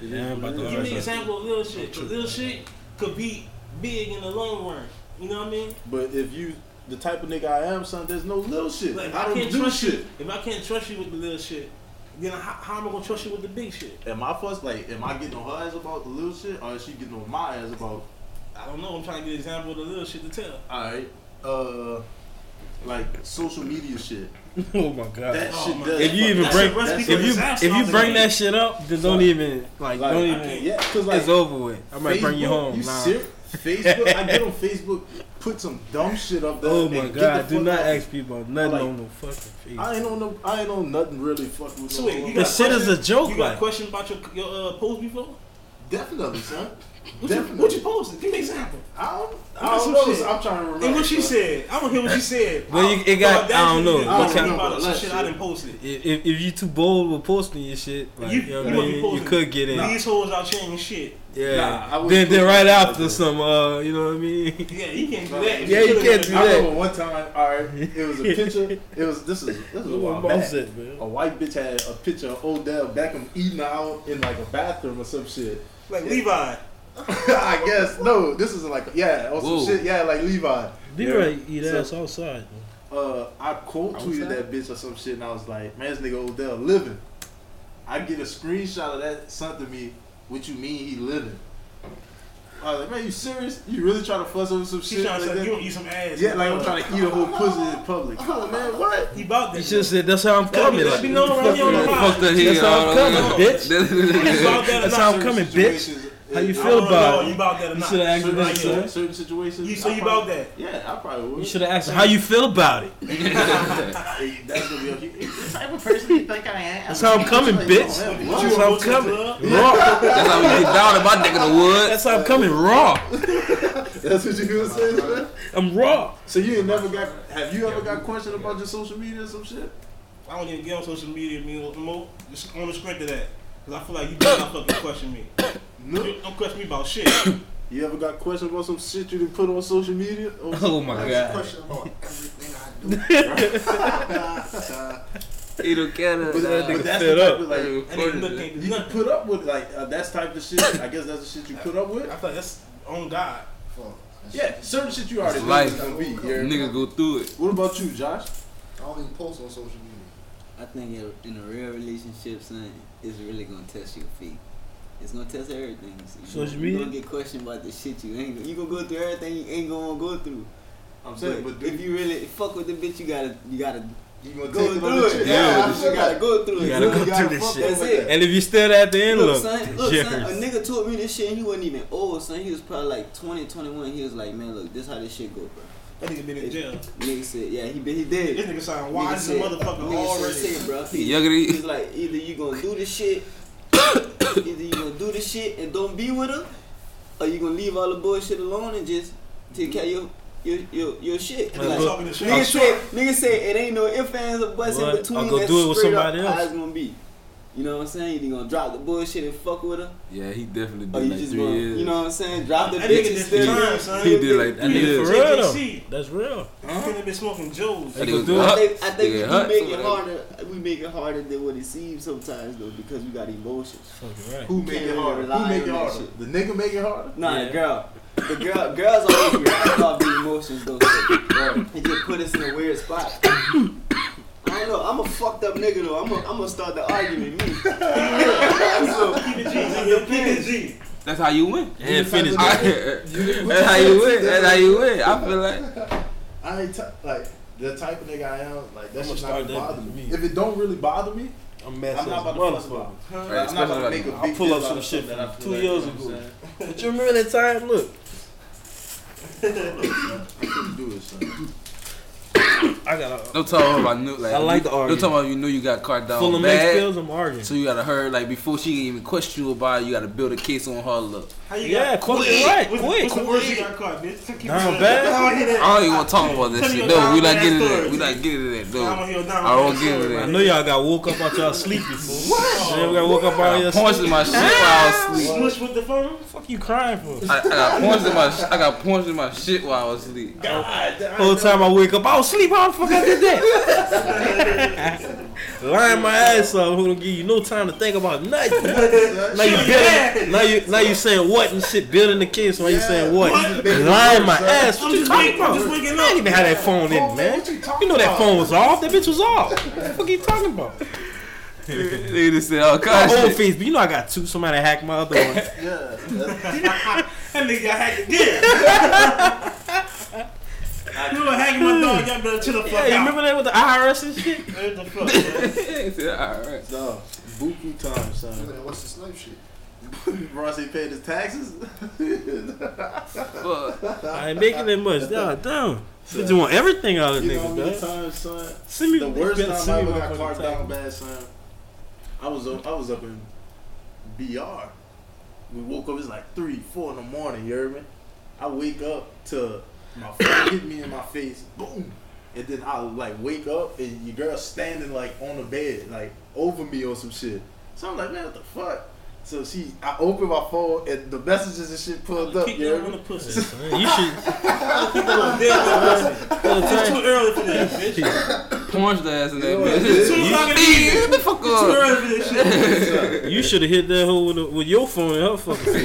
Speaker 2: Yeah, I'm about to
Speaker 3: Give
Speaker 2: argue.
Speaker 3: me an example of little shit. 'cause little shit could be big in the long run. You know what I mean?
Speaker 1: But if you the type of nigga I am, son, there's no little shit.
Speaker 3: Like, if
Speaker 1: I
Speaker 3: I
Speaker 1: don't
Speaker 3: can't
Speaker 1: do
Speaker 3: trust
Speaker 1: shit.
Speaker 3: If I can't trust you with the little shit, then how, how am I gonna trust you with the big shit?
Speaker 1: Am I fuss like am I getting on her ass about the little shit or is she getting on my ass about
Speaker 3: I don't know. I'm trying to get an example of the little shit to tell.
Speaker 1: alright, uh like social media shit.
Speaker 2: oh my god.
Speaker 1: That
Speaker 3: Oh
Speaker 1: shit
Speaker 3: my
Speaker 1: does
Speaker 3: God.
Speaker 2: If you even
Speaker 3: That's a
Speaker 2: bring
Speaker 3: recipe
Speaker 2: if
Speaker 3: for
Speaker 2: you
Speaker 3: disaster
Speaker 2: if you
Speaker 3: out
Speaker 2: bring
Speaker 3: there.
Speaker 2: that shit up, then don't even like
Speaker 1: like,
Speaker 2: don't
Speaker 1: I
Speaker 2: even.
Speaker 1: can't- yeah, cause like
Speaker 2: it's over with. I might bring you
Speaker 1: Facebook,
Speaker 2: home.
Speaker 1: You
Speaker 2: nah.
Speaker 1: ser- Facebook, I get on Facebook, put some dumb shit up there.
Speaker 2: Oh
Speaker 1: and
Speaker 2: my
Speaker 1: get the
Speaker 2: god, do
Speaker 1: fuck
Speaker 2: not
Speaker 1: off.
Speaker 2: ask people about nothing
Speaker 1: Like,
Speaker 2: on no fucking
Speaker 1: I
Speaker 2: face.
Speaker 1: ain't on no, I ain't on nothing really fucking with
Speaker 3: So
Speaker 1: no
Speaker 3: wait,
Speaker 1: woman.
Speaker 3: you got
Speaker 2: The shit is a
Speaker 3: questions?
Speaker 2: joke,
Speaker 3: You got a
Speaker 2: like-
Speaker 3: question about your your uh, post before?
Speaker 1: Definitely, son.
Speaker 3: What you,
Speaker 1: Definitely.
Speaker 3: what you posted? Give me an example.
Speaker 1: I don't,
Speaker 3: You
Speaker 1: I
Speaker 3: got
Speaker 1: don't
Speaker 3: some
Speaker 1: know.
Speaker 3: shit.
Speaker 1: I'm trying to remember.
Speaker 3: And what she
Speaker 1: son.
Speaker 3: said? I don't hear what she said.
Speaker 2: Well, you- it got-
Speaker 3: the
Speaker 2: I don't know.
Speaker 3: audacity
Speaker 1: I don't
Speaker 3: to talk
Speaker 1: know,
Speaker 3: about some
Speaker 1: let's
Speaker 3: shit
Speaker 1: see.
Speaker 3: I didn't post it.
Speaker 2: If, if if you too bold with posting your shit, like,
Speaker 3: You-
Speaker 2: you, know
Speaker 3: you
Speaker 2: what I
Speaker 3: wouldn't be
Speaker 2: mean, you
Speaker 3: posting.
Speaker 2: could get in.
Speaker 3: These hoes out changing shit.
Speaker 2: yeah.
Speaker 1: Nah, I wouldn't
Speaker 2: then then
Speaker 1: post
Speaker 2: right
Speaker 1: it.
Speaker 2: after some, uh, you know what I mean.
Speaker 3: Yeah, you can't do that.
Speaker 2: Yeah, you can't do
Speaker 1: I
Speaker 2: that.
Speaker 1: remember one time. All right, it was a picture. It was this is this is a while back.
Speaker 2: Bullshit, man.
Speaker 1: A white bitch had a picture of Odell Beckham eating out in like a bathroom or some shit.
Speaker 3: Like Levi.
Speaker 1: I guess no. This is like yeah, or some
Speaker 7: Whoa.
Speaker 1: shit. Yeah, like Levi.
Speaker 2: Be
Speaker 1: Yeah.
Speaker 2: right, eat
Speaker 1: So-
Speaker 2: ass outside. Man.
Speaker 1: uh, I quote tweeted
Speaker 7: Outside?
Speaker 1: that bitch or some shit, and I was like, "Man, this nigga Odell living." I get a screenshot of that sent to me. What you mean he living? I was like, "Man, you serious? You really trying to fuss over some
Speaker 3: She
Speaker 1: shit
Speaker 3: trying to
Speaker 1: like
Speaker 3: say,
Speaker 1: that?"
Speaker 3: you don't eat some ass.
Speaker 1: yeah, like I'm trying to eat a whole pussy in public. Come on, man, what?
Speaker 3: He about that.
Speaker 2: You should said that's how I'm coming.
Speaker 3: let
Speaker 2: Like,
Speaker 3: me know
Speaker 2: what the
Speaker 3: around
Speaker 2: fuck
Speaker 3: here on
Speaker 2: you
Speaker 3: the
Speaker 2: like?
Speaker 3: ride.
Speaker 7: Fuck the heel.
Speaker 2: That's how I'm coming,
Speaker 3: know.
Speaker 7: bitch.
Speaker 3: You about that or
Speaker 2: That's
Speaker 3: not?
Speaker 2: how I'm coming, bitch. How you
Speaker 3: I
Speaker 2: feel
Speaker 3: wanna
Speaker 2: about
Speaker 3: know
Speaker 2: it?
Speaker 3: You about that or
Speaker 2: You
Speaker 3: not?
Speaker 2: should have asked.
Speaker 1: Certain,
Speaker 3: Right,
Speaker 2: her
Speaker 1: certain,
Speaker 2: that.
Speaker 1: certain situations.
Speaker 3: You so
Speaker 1: I
Speaker 3: you
Speaker 1: probably-
Speaker 3: about that?
Speaker 1: Yeah, I probably would.
Speaker 2: You should have asked her how you feel about it.
Speaker 1: Hey, That's gonna be okay. That's
Speaker 2: That's how I'm coming, bitch. That's how I'm coming. Raw.
Speaker 7: That's how we get down in my neck of the woods.
Speaker 2: That's how I'm coming. Raw.
Speaker 1: That's what you gonna say, man.
Speaker 2: I'm raw.
Speaker 1: So you ain't never got? Have you ever got questioned about your social media or some shit?
Speaker 3: I don't even get on social media anymore. Mo, Just on the strength of that, because I feel like you better not fucking question me.
Speaker 1: No.
Speaker 3: You Don't question me about shit. Like,
Speaker 1: You ever got questions about some shit you didn't put on social media? Or
Speaker 7: Oh my
Speaker 5: Ask a
Speaker 7: god.
Speaker 5: question about everything I do.
Speaker 7: He don't care.
Speaker 1: but, that,
Speaker 7: Nah.
Speaker 1: but that's the
Speaker 2: fed
Speaker 1: type
Speaker 2: up.
Speaker 1: of like you
Speaker 3: I didn't look at
Speaker 1: can
Speaker 3: nothing.
Speaker 1: put up with like uh, that's type of shit. I guess that's the shit you put up with.
Speaker 3: I thought that's on God.
Speaker 5: Fuck. That shit.
Speaker 1: Yeah, certain shit you already
Speaker 7: It's
Speaker 1: know it's
Speaker 7: life.
Speaker 1: gonna be. you hear me?
Speaker 7: Niggas go through it.
Speaker 1: What about you, Josh?
Speaker 5: I don't even post on social media.
Speaker 6: I think it- in a real relationship, son, it's really gonna test your faith. It's gonna test everything. So you
Speaker 2: Social
Speaker 6: You
Speaker 2: media?
Speaker 6: gonna get questioned about the shit you ain't. You gonna go through everything you ain't gonna go through.
Speaker 1: I'm saying, but,
Speaker 6: if
Speaker 1: dude,
Speaker 6: you really fuck with the bitch, you gotta you gotta
Speaker 1: you gonna
Speaker 6: go
Speaker 1: take it on
Speaker 6: through
Speaker 1: the
Speaker 6: it.
Speaker 1: chin?
Speaker 6: Yeah,
Speaker 1: I
Speaker 6: you
Speaker 1: feel
Speaker 6: gotta
Speaker 1: that.
Speaker 6: go through it.
Speaker 2: You gotta
Speaker 1: really
Speaker 2: go
Speaker 1: gotta
Speaker 2: through this
Speaker 1: fuck
Speaker 2: shit.
Speaker 1: with
Speaker 6: That's it.
Speaker 2: And if you still at the end,
Speaker 6: Look,
Speaker 2: look,
Speaker 6: son, look, son,
Speaker 2: jiggers.
Speaker 6: a nigga told me this shit and he wasn't even old, son. He was probably like 20, 21. He was like, man, look, this how this shit go, bro.
Speaker 3: That nigga been in jail.
Speaker 6: Nigga said, yeah, he been, he did.
Speaker 3: This nigga sound
Speaker 6: Nigga
Speaker 3: wise as a
Speaker 6: said-
Speaker 3: motherfucker
Speaker 6: nigga said,
Speaker 3: already.
Speaker 6: said, bro.
Speaker 7: He younger than you.
Speaker 6: He's like, either you gonna do this shit, either you gonna do this shit and don't be with her, or you gonna leave all the bullshit alone and just take care of your your your, your shit.
Speaker 2: Man,
Speaker 6: Like,
Speaker 2: look,
Speaker 3: Talking to shit.
Speaker 6: nigga said, nigga said, it ain't no ifs ands or buts in
Speaker 2: What?
Speaker 6: between.
Speaker 2: I'll go
Speaker 6: That's
Speaker 2: do it with
Speaker 6: straight up
Speaker 2: somebody else.
Speaker 6: How it's gonna be. You know what I'm saying? Either you gonna drop the bullshit and fuck with her,
Speaker 7: Yeah, he definitely
Speaker 6: or
Speaker 7: did
Speaker 6: Oh, you
Speaker 7: like
Speaker 6: just
Speaker 7: three
Speaker 6: gonna,
Speaker 7: years.
Speaker 6: you know what I'm saying? Drop the
Speaker 3: That
Speaker 6: bitch
Speaker 3: nigga
Speaker 6: and
Speaker 3: did
Speaker 6: still
Speaker 3: time,
Speaker 6: do it.
Speaker 3: son.
Speaker 7: he did like
Speaker 2: that
Speaker 7: three
Speaker 2: nigga
Speaker 7: years.
Speaker 2: for real though.
Speaker 3: JJC.
Speaker 2: That's real.
Speaker 3: Finna been smoking Joes.
Speaker 7: That
Speaker 2: He was
Speaker 7: nigga
Speaker 2: doing-
Speaker 6: I
Speaker 7: hot.
Speaker 6: think, I think
Speaker 7: Nigga
Speaker 6: we
Speaker 7: hot,
Speaker 6: make it
Speaker 7: somebody.
Speaker 6: harder. We make it harder than what it seems sometimes though, because we got emotions.
Speaker 2: Fucking right.
Speaker 1: Who make
Speaker 6: Can't
Speaker 1: it
Speaker 6: really
Speaker 1: harder? Who
Speaker 6: rely
Speaker 1: make it
Speaker 6: on that
Speaker 1: harder?
Speaker 6: shit.
Speaker 1: The nigga make it harder.
Speaker 6: Nah,
Speaker 2: Yeah.
Speaker 6: the girl, the girl, girls always react off the emotions though. So it just put us in a weird spot.
Speaker 8: I don't know. I'm a fucked up nigga though. I'm a, I'm gonna start the argument. Me. so,
Speaker 3: Keep it G. Keep it G.
Speaker 4: That's how you win.
Speaker 2: And finish.
Speaker 4: That's how you win. That's how you win. I feel like.
Speaker 1: I ain't t- like the type of nigga I am. Like that
Speaker 3: I'ma
Speaker 1: shit not
Speaker 3: start
Speaker 1: gonna
Speaker 3: that
Speaker 1: bother
Speaker 3: with
Speaker 1: me.
Speaker 3: me.
Speaker 1: If it don't really bother me,
Speaker 2: I'm mad.
Speaker 1: I'm not about to fuss about it.
Speaker 4: Right,
Speaker 1: I'm not
Speaker 4: especially
Speaker 1: about to
Speaker 4: like-
Speaker 1: make a
Speaker 2: I'll
Speaker 1: big
Speaker 2: pull
Speaker 1: deal
Speaker 2: up
Speaker 1: out
Speaker 2: some
Speaker 1: of
Speaker 2: shit
Speaker 1: something that I
Speaker 2: from
Speaker 1: feel
Speaker 2: two
Speaker 1: like, you
Speaker 2: years
Speaker 1: know what I'm
Speaker 2: ago.
Speaker 1: saying?
Speaker 2: But you remember that time? Look,
Speaker 1: Couldn't do it, son.
Speaker 2: I got
Speaker 4: Don't talk about new. Like,
Speaker 2: I like the
Speaker 4: Don't
Speaker 2: argument.
Speaker 4: talk about you knew you got caught
Speaker 2: a
Speaker 4: down
Speaker 2: full of mixed
Speaker 4: bad.
Speaker 2: pills. I'm arguing.
Speaker 4: Oh, So you gotta hurt like before she even question you about it, you gotta build a case on her look.
Speaker 3: How you
Speaker 2: Yeah,
Speaker 3: got?
Speaker 2: quit it right,
Speaker 3: What's,
Speaker 2: quit.
Speaker 3: what's the worst you got caught, bitch? Keep it
Speaker 2: Nah,
Speaker 3: real.
Speaker 2: bad.
Speaker 3: I don't wanna hear that.
Speaker 4: I don't even want to talk about
Speaker 3: Tell
Speaker 4: this
Speaker 3: me
Speaker 4: shit.
Speaker 3: your
Speaker 4: No, we
Speaker 3: down
Speaker 4: not
Speaker 3: bad
Speaker 4: getting
Speaker 3: story.
Speaker 4: that. We not getting that.
Speaker 3: I don't
Speaker 4: No,
Speaker 3: hear no
Speaker 4: I won't give
Speaker 2: I
Speaker 4: it that.
Speaker 2: know y'all got woke up out y'all sleep before. What? You got woke up out
Speaker 4: I
Speaker 2: your
Speaker 4: got
Speaker 2: sleep.
Speaker 4: points in my shit while I was asleep.
Speaker 3: Smush with the phone.
Speaker 2: Fuck you crying for?
Speaker 4: I, I got points in my. sh- I got points in my shit while I was asleep.
Speaker 3: God, damn.
Speaker 2: Whole time I wake up, I was sleep. How the fuck I did that? Lying my ass off. Who don't give you no time to think about nothing? Now you building. Now you now you saying what and shit. Building the kids. Now you saying what?
Speaker 3: What?
Speaker 2: Lying my
Speaker 1: Son.
Speaker 2: ass.
Speaker 3: I'm
Speaker 2: What you
Speaker 3: just
Speaker 2: talking
Speaker 3: waking,
Speaker 2: about?
Speaker 3: I'm just waking
Speaker 2: I didn't even
Speaker 3: up.
Speaker 2: have that phone in, man. You know that phone was off. That bitch was off. What the fuck you talking about?
Speaker 4: They just said all
Speaker 2: My
Speaker 4: kinds of
Speaker 2: old
Speaker 4: shit.
Speaker 2: face, but you know I got two. Somebody hacked my other one.
Speaker 1: Yeah, that's,
Speaker 3: That nigga got hacked again. You were hacking my dog. Y'all better chill the fuck
Speaker 2: Yeah, you
Speaker 3: out.
Speaker 2: remember that with the IRS and shit?
Speaker 3: What the fuck? man?
Speaker 4: They said, all right.
Speaker 1: no, buku time, son.
Speaker 5: What's the snipe shit?
Speaker 1: Ross ain't paid his taxes.
Speaker 4: Fuck.
Speaker 2: I ain't making that much. Nah, damn. They doing everything out of
Speaker 1: You know how
Speaker 2: niggas,
Speaker 1: many
Speaker 2: dog.
Speaker 1: times, son?
Speaker 2: Send me
Speaker 1: The
Speaker 2: they
Speaker 1: worst
Speaker 2: better
Speaker 1: time I
Speaker 2: send
Speaker 1: ever
Speaker 2: me my
Speaker 1: got
Speaker 2: fucking
Speaker 1: caught down
Speaker 2: time.
Speaker 1: bad, son. I was up, I was up in BR. We woke up. It's like three, four in the morning. You heard me? I wake up to my phone hit me in my face, boom, and then I like wake up and your girl standing like on the bed, like over me or some shit. So I'm like, man, what the fuck? So she, I opened my phone and the messages and shit pulled up.
Speaker 3: Keep
Speaker 1: You
Speaker 3: that
Speaker 1: heard
Speaker 3: on the
Speaker 1: me?
Speaker 3: pussy.
Speaker 2: Yes, man. You should.
Speaker 3: Keep that on the damn pussy. It's too early for that, bitch. It's
Speaker 4: Punched the ass in that
Speaker 1: You know what
Speaker 4: bitch.
Speaker 1: it is?
Speaker 3: Two o'clock in the evening.
Speaker 4: Get the fuck
Speaker 3: Too
Speaker 4: up.
Speaker 3: early for this shit.
Speaker 2: You should have hit that hoe with, a, with your phone and her fucking phone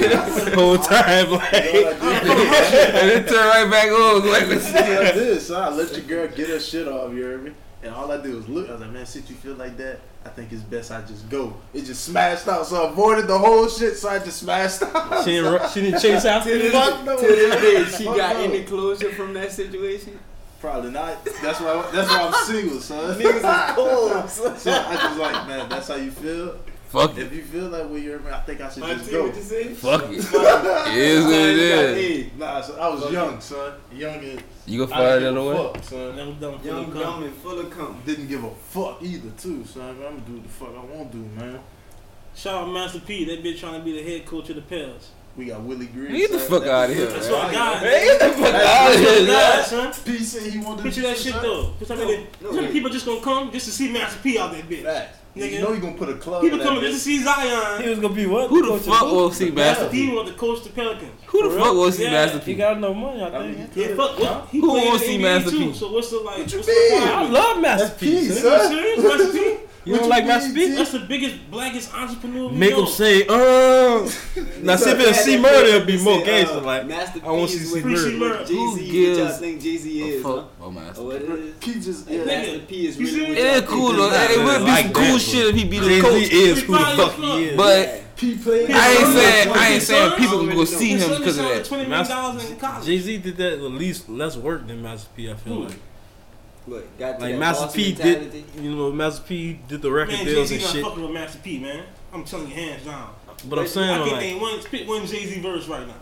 Speaker 2: the whole time.
Speaker 1: You know
Speaker 2: Like,
Speaker 1: what I did?
Speaker 4: Oh, And then turn right back on. Go like this.
Speaker 1: See, I did, so I let your girl get her shit off, you heard me? And all I did was look. I was like, man, since you feel like that, I think it's best I just go. It just smashed out, so I avoided the whole shit, so I just smashed out.
Speaker 2: she didn't, ru- she didn't chase after
Speaker 8: to this,
Speaker 2: you.
Speaker 1: Fuck no.
Speaker 8: to this day, she
Speaker 1: Fuck
Speaker 8: got
Speaker 1: no.
Speaker 8: any closure from that situation?
Speaker 1: Probably not. That's why. That's why I'm single, son.
Speaker 8: Niggas is cold. son.
Speaker 1: So I just like, man, that's how you feel.
Speaker 4: Fuck it.
Speaker 1: If you feel that way, you're, man, I think I should
Speaker 8: I
Speaker 1: just
Speaker 8: see
Speaker 1: go.
Speaker 8: what you say.
Speaker 4: Fuck it. It is what it is.
Speaker 8: Hey,
Speaker 1: Nah, so I was young, son. Young and
Speaker 4: You gonna
Speaker 1: I didn't give
Speaker 4: find another
Speaker 1: a
Speaker 4: way?
Speaker 1: fuck, son.
Speaker 3: Never done.
Speaker 8: Young,
Speaker 3: Young
Speaker 8: dumb, and full of cum.
Speaker 1: Didn't give a fuck either, too, son. I'm gonna do what the fuck I want to do, man.
Speaker 3: Shout out Master P. That bitch trying to be the head coach of the Pels.
Speaker 1: We got Willie Green.
Speaker 4: Get the
Speaker 1: son.
Speaker 4: fuck
Speaker 1: That-
Speaker 4: out of here.
Speaker 3: That's
Speaker 4: man.
Speaker 3: what I got.
Speaker 4: Man, get the fuck out of
Speaker 3: God,
Speaker 4: here. man.
Speaker 3: son.
Speaker 1: P said he wanted
Speaker 3: Picture
Speaker 1: to
Speaker 3: that shit
Speaker 1: son.
Speaker 3: though. Picture how many
Speaker 8: No,
Speaker 3: how many
Speaker 8: no.
Speaker 3: people just gonna come just to see Master P out that bitch.
Speaker 1: Facts.
Speaker 3: Nigga.
Speaker 1: You know you gonna put a club.
Speaker 3: People
Speaker 1: in that
Speaker 3: coming just to
Speaker 1: bitch.
Speaker 3: see
Speaker 2: He
Speaker 3: Zion.
Speaker 2: was gonna be what?
Speaker 4: Who the fuck will see Master
Speaker 3: He
Speaker 4: P?
Speaker 3: wanted to coach the Pelicans.
Speaker 4: Who the fuck will see
Speaker 3: Yeah,
Speaker 4: Master
Speaker 2: He
Speaker 4: P?
Speaker 2: got no money, I
Speaker 1: I mean,
Speaker 2: think.
Speaker 1: you could.
Speaker 3: Yeah, fuck. What? He
Speaker 4: Who
Speaker 3: played
Speaker 4: wants
Speaker 3: in
Speaker 4: to see
Speaker 3: the
Speaker 4: Master
Speaker 3: NBA
Speaker 4: P?
Speaker 3: too, So what's the like? What
Speaker 1: you
Speaker 3: what's the
Speaker 1: mean?
Speaker 3: problem?
Speaker 2: I love Master
Speaker 1: That's
Speaker 2: P.
Speaker 1: peace,
Speaker 2: son.
Speaker 3: Are you serious? Master P?
Speaker 2: You don't like Master P?
Speaker 3: That's the biggest blackest entrepreneur. we
Speaker 2: Make
Speaker 3: know.
Speaker 2: him say, oh. Now, see if
Speaker 8: Yeah,
Speaker 2: it'll see
Speaker 8: that
Speaker 2: murder,
Speaker 8: bitch
Speaker 2: it'll be
Speaker 8: said,
Speaker 2: more
Speaker 8: uh,
Speaker 2: gangster. Like,
Speaker 8: Master
Speaker 2: I want
Speaker 8: P
Speaker 2: to
Speaker 8: is
Speaker 2: see
Speaker 8: with
Speaker 3: Murder.
Speaker 2: murder.
Speaker 3: Murder.
Speaker 8: Jay
Speaker 4: Who
Speaker 8: Z. What y'all
Speaker 4: gives
Speaker 8: think Jay Z
Speaker 4: Oh,
Speaker 8: is? huh?
Speaker 4: fuck. Oh, Master
Speaker 8: Or what it is?
Speaker 1: He just
Speaker 8: Hey,
Speaker 1: yeah.
Speaker 8: Master P is
Speaker 3: You see
Speaker 8: really
Speaker 3: what
Speaker 8: what
Speaker 4: It
Speaker 8: y'all
Speaker 4: is
Speaker 8: think
Speaker 4: cool
Speaker 8: is
Speaker 4: though.
Speaker 8: not
Speaker 4: It would be
Speaker 2: like that,
Speaker 4: some cool
Speaker 2: but-
Speaker 4: shit if he be the
Speaker 2: Jay
Speaker 4: coach.
Speaker 2: Z is who the fuck he is.
Speaker 4: But
Speaker 1: P played.
Speaker 4: I ain't saying I ain't
Speaker 3: His
Speaker 4: saying
Speaker 3: son-
Speaker 4: people gonna see
Speaker 3: His
Speaker 4: him
Speaker 3: son
Speaker 4: because of
Speaker 3: just
Speaker 4: that.
Speaker 3: signed
Speaker 2: Master-
Speaker 3: $20 million in college.
Speaker 2: Jay Z did that with least less work than Master P. I feel
Speaker 3: Who?
Speaker 2: like.
Speaker 8: What, got to
Speaker 2: Like
Speaker 8: that
Speaker 2: Master
Speaker 8: boss
Speaker 2: P did,
Speaker 8: mentality?
Speaker 2: you know, Master P did the record
Speaker 3: Man, Jay
Speaker 2: deals
Speaker 3: Z
Speaker 2: and
Speaker 3: not
Speaker 2: shit.
Speaker 3: fucking with Master P, man. I'm telling you, hands down.
Speaker 2: But I'm saying,
Speaker 3: I can
Speaker 2: like,
Speaker 3: name one, pick one Jay Z verse right now.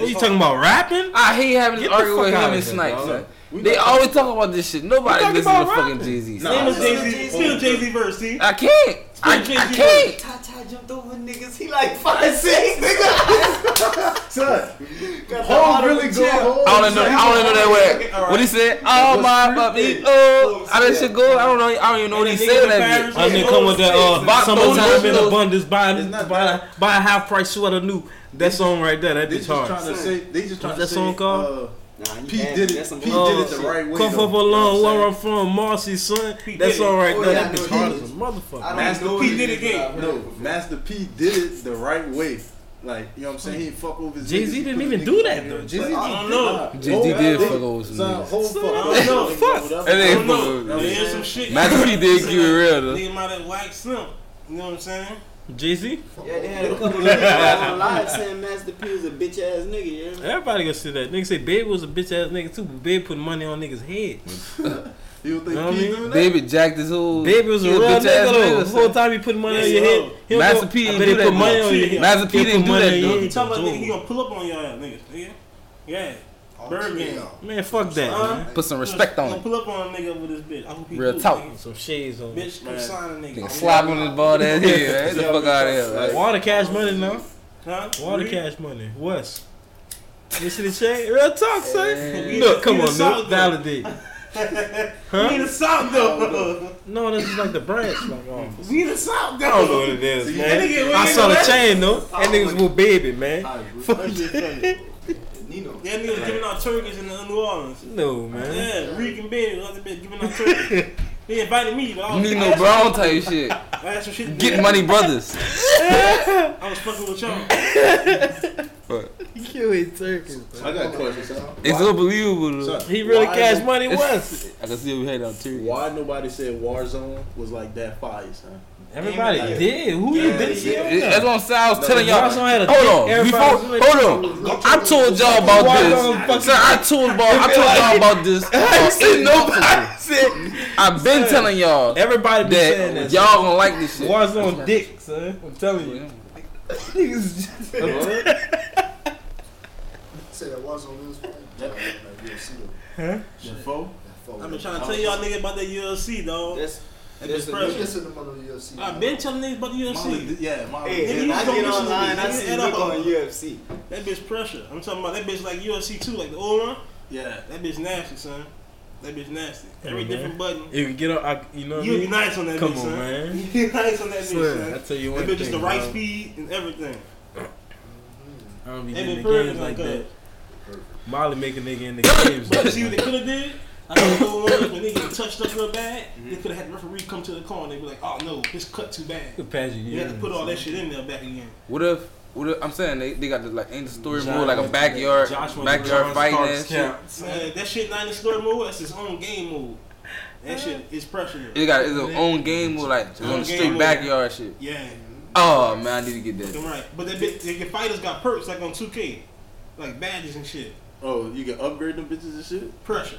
Speaker 2: what you talking about rapping?
Speaker 4: I hate having
Speaker 2: Get
Speaker 4: to
Speaker 2: the
Speaker 4: argue
Speaker 2: fuck
Speaker 4: with
Speaker 2: out of
Speaker 4: him and
Speaker 2: here,
Speaker 4: Snipes.
Speaker 2: dog.
Speaker 4: man.
Speaker 1: We
Speaker 4: They
Speaker 1: not-
Speaker 4: always talk about this shit. Nobody
Speaker 2: talking
Speaker 4: listens to
Speaker 2: about
Speaker 4: fucking
Speaker 2: rapping.
Speaker 4: Jay Z.
Speaker 1: Nah.
Speaker 3: Name a
Speaker 1: I-
Speaker 3: Jay Z. Still Jay Z verse, see?
Speaker 4: I can't. I,
Speaker 3: Jay-Z
Speaker 4: I
Speaker 3: verse.
Speaker 4: can't.
Speaker 8: Tata jumped over niggas. He like five six. Nigga,
Speaker 1: Son,
Speaker 8: got the
Speaker 1: Home
Speaker 8: auto
Speaker 1: really
Speaker 8: jam.
Speaker 1: go home.
Speaker 4: I don't know. I don't know that word.
Speaker 3: Alright.
Speaker 4: What he said? Oh my puppy. Oh, I didn't shit go. I don't know. I don't even know what he
Speaker 3: And that nigga
Speaker 4: said
Speaker 3: in
Speaker 4: that
Speaker 3: Paris,
Speaker 4: bitch.
Speaker 2: I didn't come with that uh,
Speaker 4: Box
Speaker 2: summertime
Speaker 4: those-
Speaker 2: in
Speaker 4: those-
Speaker 2: abundance, buy
Speaker 1: It's not
Speaker 2: buy a, buy a half price sweater new. That song right there, that
Speaker 1: They
Speaker 2: bitch
Speaker 1: just
Speaker 2: hard.
Speaker 1: trying to say. They just trying
Speaker 2: What's
Speaker 1: to
Speaker 2: that
Speaker 1: say.
Speaker 2: song called?
Speaker 1: uh,
Speaker 8: Nah, you
Speaker 1: P
Speaker 8: nasty.
Speaker 1: did it.
Speaker 8: That's some
Speaker 1: P
Speaker 8: bull
Speaker 1: did it the
Speaker 8: shit.
Speaker 1: right way.
Speaker 2: Cuff
Speaker 1: though.
Speaker 2: up
Speaker 1: You know
Speaker 2: alone,
Speaker 1: what I'm
Speaker 2: where
Speaker 1: saying?
Speaker 2: I'm from, Marcy son.
Speaker 3: He
Speaker 2: That
Speaker 3: did
Speaker 2: song
Speaker 3: it.
Speaker 2: right
Speaker 8: Oh,
Speaker 2: there,
Speaker 8: yeah, I
Speaker 2: that bitch
Speaker 8: know
Speaker 2: hard
Speaker 8: he
Speaker 2: as a
Speaker 8: I
Speaker 2: motherfucker.
Speaker 8: don't
Speaker 3: Master
Speaker 8: know
Speaker 3: P
Speaker 8: it is,
Speaker 3: did
Speaker 1: uh,
Speaker 3: it
Speaker 8: but I've
Speaker 3: again.
Speaker 8: heard it
Speaker 1: No,
Speaker 8: before.
Speaker 1: Master P did it the right way. Like, you know what I'm saying? He didn't fuck over his
Speaker 2: Jay-Z
Speaker 1: niggas, he
Speaker 2: didn't
Speaker 1: put
Speaker 2: even
Speaker 1: niggas
Speaker 2: do
Speaker 1: on
Speaker 2: that,
Speaker 1: there.
Speaker 2: though.
Speaker 1: Jay-Z
Speaker 3: I don't
Speaker 1: did
Speaker 3: know.
Speaker 1: not.
Speaker 4: Jay-Z
Speaker 1: Whole-
Speaker 4: did
Speaker 1: they-
Speaker 4: fuck over some
Speaker 1: son,
Speaker 4: niggas.
Speaker 1: whole fuck.
Speaker 3: I don't know.
Speaker 1: Whatever.
Speaker 4: That
Speaker 3: I don't
Speaker 4: ain't
Speaker 3: know.
Speaker 4: for
Speaker 3: There is some shit.
Speaker 4: Master P did keep it real though.
Speaker 3: Nigga might have white slim. You know what I'm saying?
Speaker 2: Jay Z.
Speaker 8: Yeah, they had a couple of niggas on live saying Master P was a bitch ass nigga, you hear me?
Speaker 2: Everybody gonna see that. Nigga say Babe was a bitch ass nigga too, but Babe put money on niggas' head.
Speaker 4: Mm.
Speaker 1: You don't
Speaker 2: You know what I
Speaker 1: think P
Speaker 2: mean?
Speaker 1: do that?
Speaker 4: David jacked his whole.
Speaker 2: Babe was a
Speaker 4: he
Speaker 2: real nigga
Speaker 4: bitch-ass
Speaker 2: though.
Speaker 4: son.
Speaker 2: The whole time he put money on
Speaker 3: Yes,
Speaker 2: your
Speaker 3: yo.
Speaker 2: head. He don't
Speaker 4: Master
Speaker 2: go-
Speaker 4: P
Speaker 2: I
Speaker 4: didn't
Speaker 2: bet
Speaker 4: do
Speaker 2: he
Speaker 4: that
Speaker 2: put
Speaker 4: though.
Speaker 2: money on your head.
Speaker 4: Master
Speaker 2: He
Speaker 4: P
Speaker 2: put
Speaker 4: didn't do
Speaker 2: money
Speaker 4: that
Speaker 2: on your
Speaker 4: though.
Speaker 2: head.
Speaker 3: You talking about nigga, he
Speaker 2: Dude.
Speaker 3: gonna pull up on y'all niggas, nigga. Yeah. Bird game.
Speaker 2: Man, fuck that.
Speaker 3: Huh?
Speaker 2: man.
Speaker 4: Put some respect
Speaker 3: He
Speaker 4: on
Speaker 3: gonna
Speaker 4: it.
Speaker 3: pull up on a nigga with this bitch. I hope he
Speaker 4: Real
Speaker 3: do,
Speaker 4: talk.
Speaker 3: nigga.
Speaker 2: Some shades on.
Speaker 3: Bitch, come
Speaker 1: Man.
Speaker 3: sign a nigga.
Speaker 4: Nigga slap on his bald ass head. man. Get the fuck out of here. man.
Speaker 2: Water cash money now.
Speaker 3: Huh?
Speaker 2: Water
Speaker 3: Reed?
Speaker 2: cash money. What's? You see the shade? Real talk, son.
Speaker 3: Hey.
Speaker 2: Look, come
Speaker 3: He the
Speaker 2: on,
Speaker 3: salt,
Speaker 2: Nook.
Speaker 3: though.
Speaker 2: Validate.
Speaker 3: We
Speaker 2: Huh?
Speaker 3: the South though.
Speaker 2: No, this is like the branch. Like, oh.
Speaker 3: We the South though.
Speaker 2: I don't know what it is,
Speaker 3: That
Speaker 2: man.
Speaker 3: nigga,
Speaker 2: I saw the chain though. That nigga's little baby, man.
Speaker 1: I agree. That shit funny.
Speaker 5: Nino.
Speaker 3: That nigga was giving out turkeys in the New Orleans.
Speaker 2: No, man.
Speaker 3: Yeah, Reek and Big was bit giving out turkeys. They invited me, but I was
Speaker 4: Nino Brown type shit.
Speaker 3: I asked some shit.
Speaker 4: Get money, brothers.
Speaker 3: I was fucking with y'all.
Speaker 2: You ain't turkeys,
Speaker 1: I got a question, son.
Speaker 4: It's unbelievable.
Speaker 1: Son,
Speaker 4: Though.
Speaker 2: He really
Speaker 1: why
Speaker 2: cash
Speaker 1: no-
Speaker 2: money
Speaker 4: It's-
Speaker 2: once.
Speaker 4: I can see your head out too.
Speaker 1: Why nobody said Warzone was like that fire, son?
Speaker 2: Everybody
Speaker 3: Yeah.
Speaker 2: did. Who you
Speaker 1: Yeah,
Speaker 2: didn't see?
Speaker 1: yeah.
Speaker 2: on
Speaker 4: It-
Speaker 2: that?
Speaker 4: That's what I'm saying. I was telling y'all.
Speaker 2: Watson had a dick,
Speaker 4: Hold on.
Speaker 2: everybody
Speaker 4: Before,
Speaker 2: was
Speaker 4: hold on. I told y'all about
Speaker 2: Why
Speaker 4: this.
Speaker 2: don't
Speaker 4: Sir, I told y'all. I told y'all about this. I said nobody said. I've been telling y'all
Speaker 2: Everybody be saying
Speaker 4: that
Speaker 2: that.
Speaker 4: y'all gonna like this shit.
Speaker 2: Wars on dick, son. I'm telling you. Niggas just-
Speaker 5: Say that was on this point. Yeah, like UFC.
Speaker 1: Before?
Speaker 3: I've been trying to tell y'all nigga about the UFC, dog.
Speaker 8: That's
Speaker 3: That
Speaker 8: that's
Speaker 3: bitch
Speaker 8: the-
Speaker 5: Let's
Speaker 3: pressure.
Speaker 5: listen to one of the UFC.
Speaker 3: I've been telling niggas about
Speaker 1: Molly,
Speaker 3: the UFC.
Speaker 1: did- yeah, Molly.
Speaker 8: Hey,
Speaker 1: did
Speaker 3: Nigga,
Speaker 8: and
Speaker 3: you
Speaker 8: I
Speaker 3: don't
Speaker 8: get
Speaker 3: listen to
Speaker 8: online, I
Speaker 3: these
Speaker 8: see
Speaker 3: niggas at
Speaker 8: look
Speaker 3: all.
Speaker 8: on UFC.
Speaker 3: That bitch pressure. I'm talking about that bitch like UFC too, like the old one.
Speaker 1: Yeah.
Speaker 3: That bitch nasty, son. That bitch nasty. Every
Speaker 2: Yeah, man.
Speaker 3: different button.
Speaker 2: You can get on. I, you know what I
Speaker 3: You be
Speaker 2: mean?
Speaker 3: nice on that
Speaker 2: Come
Speaker 3: bitch,
Speaker 2: on,
Speaker 3: son.
Speaker 2: man.
Speaker 3: You be nice on that bitch, son.
Speaker 2: Swear, I tell you
Speaker 3: That
Speaker 2: one
Speaker 3: bitch
Speaker 2: thing.
Speaker 3: is the right
Speaker 2: bro.
Speaker 3: speed and everything.
Speaker 2: I don't be
Speaker 3: They
Speaker 2: getting
Speaker 3: been
Speaker 2: the games
Speaker 3: perfect
Speaker 2: like
Speaker 3: like
Speaker 2: that.
Speaker 3: that.
Speaker 2: Molly make a nigga in the games.
Speaker 3: But
Speaker 2: like
Speaker 3: see what they
Speaker 2: that.
Speaker 3: could have did? I think the old ones when they get touched up real bad,
Speaker 2: Mm-hmm.
Speaker 3: they could have had the referee come to the corner. They be like, "Oh no, this cut too bad."
Speaker 2: Look past
Speaker 3: You
Speaker 2: you.
Speaker 3: had to put all that shit in there back again.
Speaker 4: What if? What if? I'm saying they, they got this like in the story
Speaker 2: Josh
Speaker 4: mode, like a
Speaker 2: went-
Speaker 4: backyard
Speaker 2: Josh went to
Speaker 4: backyard
Speaker 2: Ron
Speaker 4: fighting
Speaker 2: Stark's
Speaker 4: and shit.
Speaker 2: camp.
Speaker 3: Man, Uh, that shit not in story mode. That's his own game mode. That
Speaker 2: Uh-huh.
Speaker 3: shit is pressure.
Speaker 4: It got its own game mode, like it's on
Speaker 3: Own
Speaker 4: the
Speaker 3: game
Speaker 4: straight
Speaker 3: mode.
Speaker 4: backyard shit.
Speaker 3: Yeah,
Speaker 4: Oh man, I need to get that.
Speaker 3: fucking right. But that bit, the fighters got perks like on 2K, like badges and shit.
Speaker 1: Oh, you can upgrade them bitches and shit?
Speaker 3: Pressure.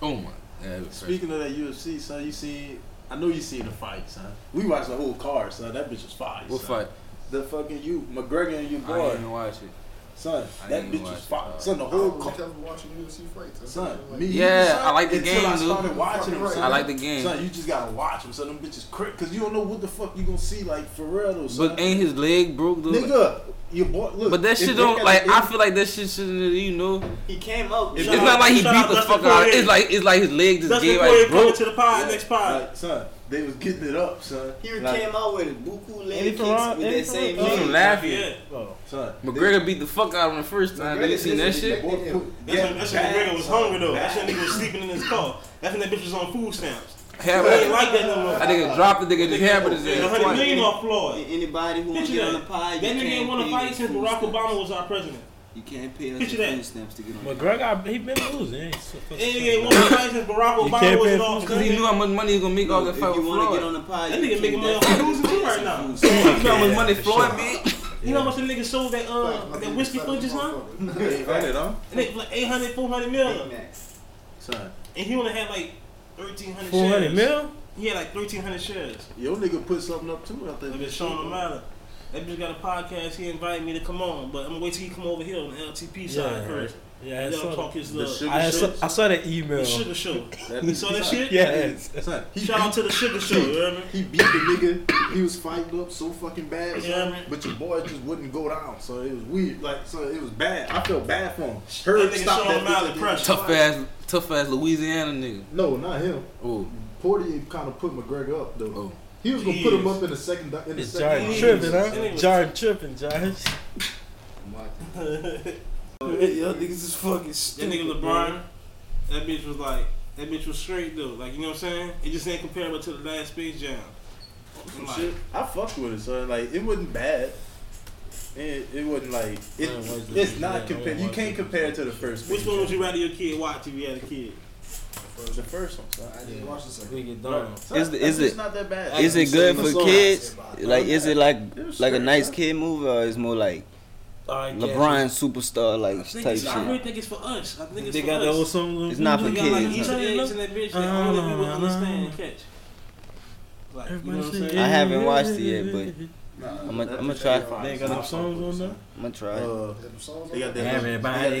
Speaker 4: Oh my. Yeah, it was crazy.
Speaker 1: Speaking of that UFC, son, you seen. I know you seen the fight, son. We watched the whole card, son. That bitch was fire.
Speaker 4: What
Speaker 1: son.
Speaker 4: fight?
Speaker 1: The fucking you, McGregor and you
Speaker 4: I didn't
Speaker 1: boy,
Speaker 4: even watch it.
Speaker 1: son.
Speaker 4: I
Speaker 1: That
Speaker 4: didn't
Speaker 1: bitch was
Speaker 4: watch
Speaker 1: fire,
Speaker 4: it.
Speaker 1: son. The
Speaker 5: I
Speaker 3: Oh,
Speaker 1: whole
Speaker 5: was
Speaker 1: card,
Speaker 5: kept watching UFC fights. That's
Speaker 1: son.
Speaker 5: what I'm
Speaker 1: Me,
Speaker 5: like,
Speaker 4: Yeah,
Speaker 1: son,
Speaker 4: I like the
Speaker 1: until
Speaker 4: game,
Speaker 1: I
Speaker 4: dude.
Speaker 1: started watching them,
Speaker 5: I
Speaker 1: son.
Speaker 4: I like the game.
Speaker 1: Son, you just gotta watch them, son. Them bitches crit, cause you don't know what the fuck you gonna see, like for real, though, son.
Speaker 4: But ain't his leg broke though?
Speaker 1: nigga, your boy. Look,
Speaker 4: But that
Speaker 1: if
Speaker 4: shit
Speaker 1: they
Speaker 4: don't
Speaker 1: got
Speaker 4: like.
Speaker 1: an
Speaker 4: I feel like that shit shouldn't. You know,
Speaker 8: He came out.
Speaker 3: If
Speaker 4: it's
Speaker 8: shot.
Speaker 4: not like he
Speaker 3: Shout
Speaker 4: beat
Speaker 3: out
Speaker 4: the
Speaker 3: Dustin
Speaker 4: fuck out.
Speaker 3: Poirier.
Speaker 4: It's like it's like his leg just
Speaker 3: Dustin
Speaker 4: gave
Speaker 3: Poirier
Speaker 4: like
Speaker 3: coming
Speaker 4: broke.
Speaker 3: to the pod next pod.
Speaker 1: Like, son, they was getting it up, son.
Speaker 8: He
Speaker 1: like,
Speaker 8: came out with buku
Speaker 2: Eddie
Speaker 8: leg kicks
Speaker 2: Ferraro-
Speaker 8: with
Speaker 2: Eddie
Speaker 8: that same
Speaker 2: Ferraro-
Speaker 4: He from
Speaker 8: leg.
Speaker 4: laughing.
Speaker 3: Yeah,
Speaker 2: Oh.
Speaker 1: son. they-
Speaker 4: McGregor beat the fuck out of him the first time. Did you seen that shit?
Speaker 1: boy, put-
Speaker 3: that's when
Speaker 1: yeah,
Speaker 3: that's when McGregor was hungry though. That's when he was sleeping in his car. That's when that bitch was on food stamps.
Speaker 4: Hammer.
Speaker 3: He ain't like that no more.
Speaker 4: That nigga dropped the nigga just hammered his
Speaker 3: The
Speaker 4: ass
Speaker 3: hundred million
Speaker 4: twice.
Speaker 3: off Floyd.
Speaker 8: Anybody who want to
Speaker 3: Picture
Speaker 8: get on the
Speaker 3: that.
Speaker 8: pod, you
Speaker 3: That nigga ain't
Speaker 8: can't
Speaker 3: want to
Speaker 8: pay
Speaker 3: fight
Speaker 8: us
Speaker 3: since
Speaker 8: food
Speaker 3: Barack
Speaker 8: stamps.
Speaker 3: Obama was our president.
Speaker 8: You can't pay us
Speaker 3: Picture
Speaker 8: the
Speaker 3: that.
Speaker 8: food stamps to get on.
Speaker 2: McGregor, he been losing. He so-
Speaker 3: That nigga ain't want to fight since Barack
Speaker 2: You can't
Speaker 3: Obama was
Speaker 2: pay
Speaker 3: in
Speaker 2: for
Speaker 3: office.
Speaker 4: Cause he knew how much money he was gonna make off
Speaker 8: No,
Speaker 4: that
Speaker 8: if
Speaker 4: fight
Speaker 8: you
Speaker 4: with
Speaker 8: want to get on
Speaker 4: Floyd.
Speaker 8: the pod,
Speaker 3: That
Speaker 8: you
Speaker 3: nigga
Speaker 8: can't
Speaker 3: making
Speaker 8: pay us
Speaker 3: motherfucking
Speaker 8: the
Speaker 3: losing
Speaker 8: food
Speaker 3: too right
Speaker 8: stamps. Food
Speaker 3: now.
Speaker 4: You
Speaker 8: stamps.
Speaker 4: know how much money Floyd made?
Speaker 3: You know how much the nigga sold that uh that whiskey for just now?
Speaker 1: Hey, run it, huh?
Speaker 3: That nigga like 800, 400 mil.
Speaker 8: Big Macs.
Speaker 1: Son,
Speaker 3: And he only had like 1,300
Speaker 2: Four hundred
Speaker 3: shares.
Speaker 2: mil.
Speaker 3: He had like 1,300 shares.
Speaker 1: yo nigga put something up too out there.
Speaker 3: I've been showing him out. That bitch got a podcast. He invited me to come on, but I'm gonna wait till he come over here on the LTP side
Speaker 2: Yeah,
Speaker 3: first.
Speaker 2: Yeah, I
Speaker 3: Let him
Speaker 2: saw,
Speaker 3: talk his
Speaker 1: The
Speaker 3: love.
Speaker 1: sugar
Speaker 2: I,
Speaker 1: shit.
Speaker 2: saw, I saw that email.
Speaker 3: The sugar show.
Speaker 1: That
Speaker 3: You
Speaker 1: bitch-
Speaker 3: saw that
Speaker 1: son,
Speaker 3: shit?
Speaker 2: Yes.
Speaker 1: Son, he
Speaker 3: Shout out to the sugar show. You know what I mean?
Speaker 1: He beat the nigga. He was fighting up so fucking bad, son,
Speaker 3: Yeah, man.
Speaker 1: but your boy just wouldn't go down. So it was weird. Like, so it was bad. I felt bad for him.
Speaker 3: That
Speaker 1: Heard
Speaker 3: nigga
Speaker 1: stop
Speaker 3: Sean
Speaker 1: that bitch
Speaker 3: O'Malley
Speaker 1: and
Speaker 3: pressure.
Speaker 1: then-
Speaker 4: Tough ass, tough ass Louisiana nigga.
Speaker 1: No, not him.
Speaker 4: Oh,
Speaker 1: Portier kind of put McGregor up though.
Speaker 4: Oh.
Speaker 1: He was gonna put him
Speaker 3: Jeez.
Speaker 1: up in the second. In the
Speaker 2: It's
Speaker 1: second.
Speaker 2: Jarn
Speaker 3: Yeah.
Speaker 2: tripping,
Speaker 3: Yeah.
Speaker 2: huh? Jarn tripping, Josh.
Speaker 8: Y'all niggas is fucking
Speaker 3: That
Speaker 8: stupid.
Speaker 3: nigga LeBron. That bitch was like, that bitch was straight though. Like you know what I'm saying? It just ain't comparable to the last Space Jam.
Speaker 1: Some
Speaker 3: Like,
Speaker 1: shit. I fucked with it, son. Like it wasn't bad. it, it wasn't like it,
Speaker 2: Man, why is the-
Speaker 1: it's not
Speaker 2: yeah,
Speaker 1: compare.
Speaker 2: why
Speaker 1: You
Speaker 2: is
Speaker 1: can't
Speaker 2: the-
Speaker 1: compare it to the first.
Speaker 3: Which
Speaker 1: Big
Speaker 3: one would
Speaker 1: Short.
Speaker 3: you rather your kid watch if you had a kid?
Speaker 1: The first one. Son.
Speaker 5: I didn't watch the second.
Speaker 2: We get done.
Speaker 1: Son,
Speaker 6: Is the-
Speaker 1: that's
Speaker 6: is
Speaker 1: just
Speaker 6: it-
Speaker 1: not that bad?
Speaker 6: Is it good for kids? Like, is it like
Speaker 1: was
Speaker 6: like a
Speaker 1: straight,
Speaker 6: nice
Speaker 1: huh?
Speaker 6: kid movie, or is more like LeBron superstar like
Speaker 3: I, think
Speaker 6: type
Speaker 3: it's, I really
Speaker 6: shit?
Speaker 3: think it's for us. I think it's
Speaker 2: They
Speaker 3: for
Speaker 2: got
Speaker 3: us.
Speaker 2: that whole song.
Speaker 6: It's not for
Speaker 3: We got like
Speaker 6: kids,
Speaker 3: Easter
Speaker 6: huh?
Speaker 3: eggs in that bitch that only we would understand and catch. Like, you know what I'm saying?
Speaker 6: I haven't watched it yet, but
Speaker 5: I'm
Speaker 6: I'ma- I'ma try.
Speaker 2: They ain't got no songs on
Speaker 6: I'm gonna try.
Speaker 3: Oh.
Speaker 6: it.
Speaker 1: Uh, they got that.
Speaker 2: Everybody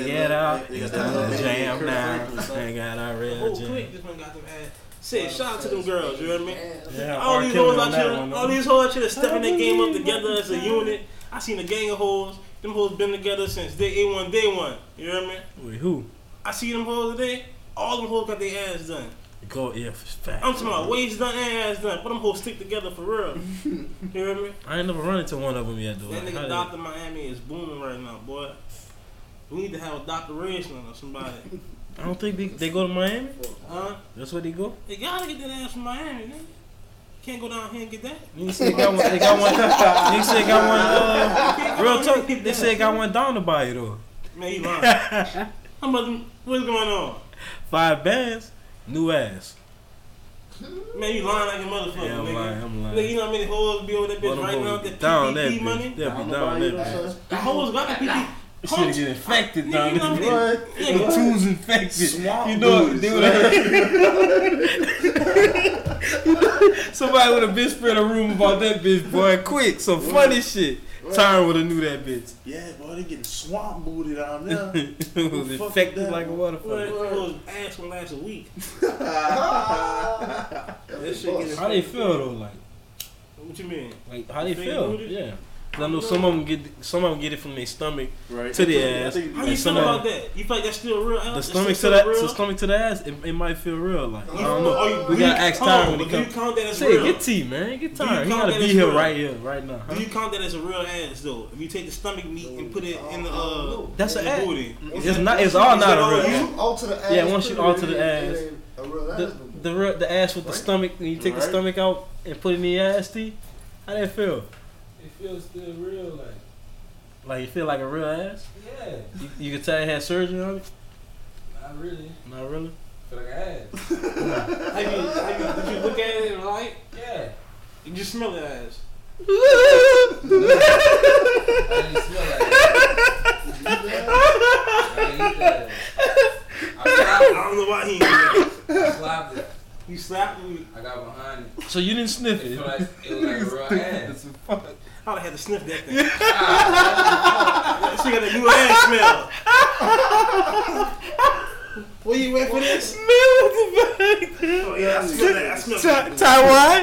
Speaker 1: they got that
Speaker 2: get
Speaker 1: little-
Speaker 2: up.
Speaker 1: They
Speaker 2: It's
Speaker 1: got
Speaker 2: time
Speaker 1: that little
Speaker 2: to
Speaker 1: baby
Speaker 2: jam
Speaker 1: Kirk
Speaker 2: now.
Speaker 1: Franklin, son.
Speaker 2: They got our
Speaker 3: The
Speaker 2: real
Speaker 3: whole
Speaker 2: jam.
Speaker 3: clique, Oh, this one got them ass. Say, shout out to them girls, you know what I mean?
Speaker 2: Yeah,
Speaker 3: All
Speaker 2: R.
Speaker 3: these
Speaker 2: Kelly
Speaker 3: hoes
Speaker 2: on
Speaker 3: out
Speaker 2: that
Speaker 3: here,
Speaker 2: one,
Speaker 3: all
Speaker 2: though.
Speaker 3: these hoes out here stepping that game up together as a unit. I seen a gang of hoes. Them hoes been together since day A one, day one. You know what I mean?
Speaker 2: Wait, who?
Speaker 3: I see them hoes today. All them hoes got their ass done.
Speaker 2: Go yeah, for fact.
Speaker 3: I'm talking about waist done and ass done, but them hoes stick together for real. you know what I mean?
Speaker 2: I ain't never run into one of them yet, though.
Speaker 3: That
Speaker 2: Like,
Speaker 3: nigga
Speaker 2: how they-
Speaker 3: Doctor Miami is booming right now, boy. We need to have a Doctor Raisman or somebody,
Speaker 2: I don't think they, they go to Miami.
Speaker 3: huh?
Speaker 2: That's where they go.
Speaker 3: They gotta get that ass from Miami, nigga. Can't go down here and get that.
Speaker 2: You say they got one. They got one. uh, They say they got one. Uh, real talk. They say they got one down to buy it though.
Speaker 3: Man, he lying. How much? What's going on?
Speaker 2: Five bands, new ass.
Speaker 3: Man, you lying like a motherfucker,
Speaker 2: Yeah, I'm
Speaker 3: nigga.
Speaker 2: lying. I'm
Speaker 3: Nigga,
Speaker 2: lying.
Speaker 3: you know how many hoes be over that
Speaker 2: But
Speaker 3: bitch
Speaker 2: them
Speaker 3: right now?
Speaker 2: hoes
Speaker 3: with
Speaker 2: be
Speaker 3: That
Speaker 2: down that
Speaker 3: PPP money.
Speaker 2: bitch. They'll
Speaker 1: Down
Speaker 2: be
Speaker 1: the
Speaker 2: down
Speaker 1: bayou,
Speaker 2: that bitch.
Speaker 1: son.
Speaker 3: The hoes got the PPP.
Speaker 2: You should have get infected
Speaker 3: Nigga,
Speaker 2: down
Speaker 3: you know how
Speaker 2: there.
Speaker 3: many-
Speaker 1: What?
Speaker 3: Nigga,
Speaker 2: Tools infected.
Speaker 1: Swamp
Speaker 2: you know,
Speaker 1: booze.
Speaker 2: they would have. somebody would have been spread a room about that bitch, boy. Quick, some funny shit. Tyron would have knew that bitch.
Speaker 1: Yeah, boy, they getting swamp booted out there.
Speaker 2: was
Speaker 1: fuck
Speaker 2: infected
Speaker 1: that
Speaker 2: like a
Speaker 3: Well,
Speaker 2: waterfall.
Speaker 3: that hoes ass from last week.
Speaker 5: That
Speaker 3: shit get
Speaker 2: How they feel though, like,
Speaker 3: What you mean?
Speaker 2: like how they
Speaker 3: They
Speaker 2: feel?
Speaker 3: rooted?
Speaker 2: Yeah, 'Cause I know some of them get some of them get it from their stomach.
Speaker 1: right.
Speaker 2: To the
Speaker 1: I
Speaker 2: ass.
Speaker 1: think-
Speaker 3: How
Speaker 2: And
Speaker 3: you feel
Speaker 2: somebody-
Speaker 3: about that? You feel like that's still real?
Speaker 2: The
Speaker 3: That's
Speaker 2: stomach to
Speaker 3: still
Speaker 2: that,
Speaker 3: real?
Speaker 2: the stomach to the ass, it, it might feel real. Like I
Speaker 3: You-
Speaker 2: don't
Speaker 3: are
Speaker 2: know.
Speaker 3: you-
Speaker 2: We
Speaker 3: do
Speaker 2: gotta
Speaker 3: you-
Speaker 2: ask
Speaker 3: hold on,
Speaker 2: Tyron when he
Speaker 3: but Do you
Speaker 2: comes.
Speaker 3: count that as
Speaker 2: Say,
Speaker 3: real?
Speaker 2: get T, man, get
Speaker 3: Do you
Speaker 2: Tyron. He
Speaker 3: count
Speaker 2: gotta
Speaker 3: that
Speaker 2: be
Speaker 3: as
Speaker 2: here
Speaker 3: real?
Speaker 2: right here, right now. huh?
Speaker 3: Do you count that as a real ass though? If you take the stomach meat and put it in the uh,
Speaker 2: That's
Speaker 3: in
Speaker 2: an
Speaker 3: the
Speaker 2: ass.
Speaker 3: booty.
Speaker 2: It's not. It's all
Speaker 3: Is
Speaker 2: not
Speaker 3: that all
Speaker 2: a real.
Speaker 3: you?
Speaker 2: ass.
Speaker 5: Alter the ass.
Speaker 2: Yeah, once you
Speaker 5: pretty,
Speaker 2: alter the
Speaker 5: it ain't-
Speaker 2: ass.
Speaker 5: it ain't A real ass.
Speaker 2: The
Speaker 5: no more.
Speaker 2: the, real, the ass with the
Speaker 5: Right.
Speaker 2: stomach. When you take the
Speaker 1: Right.
Speaker 2: stomach out and put it in your ass, T, how that feel?
Speaker 9: It feels still real, like
Speaker 2: Like you feel like a real ass?
Speaker 9: yeah,
Speaker 2: You, you could tell it had surgery on it.
Speaker 9: not really.
Speaker 2: Not really.
Speaker 9: Feel like I had.
Speaker 3: Have you, have you, did you look at it and like?
Speaker 9: Yeah,
Speaker 3: You just smell the ass.
Speaker 9: I didn't smell like that. I didn't eat that.
Speaker 3: I
Speaker 9: I
Speaker 3: don't know why he. Ain't do that.
Speaker 9: slapped, I slapped it.
Speaker 3: you slapped me.
Speaker 9: I got behind it.
Speaker 2: So you didn't
Speaker 9: It
Speaker 2: sniff it.
Speaker 9: felt like it was like a real ass.
Speaker 3: I'd have had to sniff that thing. she got a new ass smell. What you wait for this? Oh, yeah, I smell that. I smell that.
Speaker 2: Taiwan?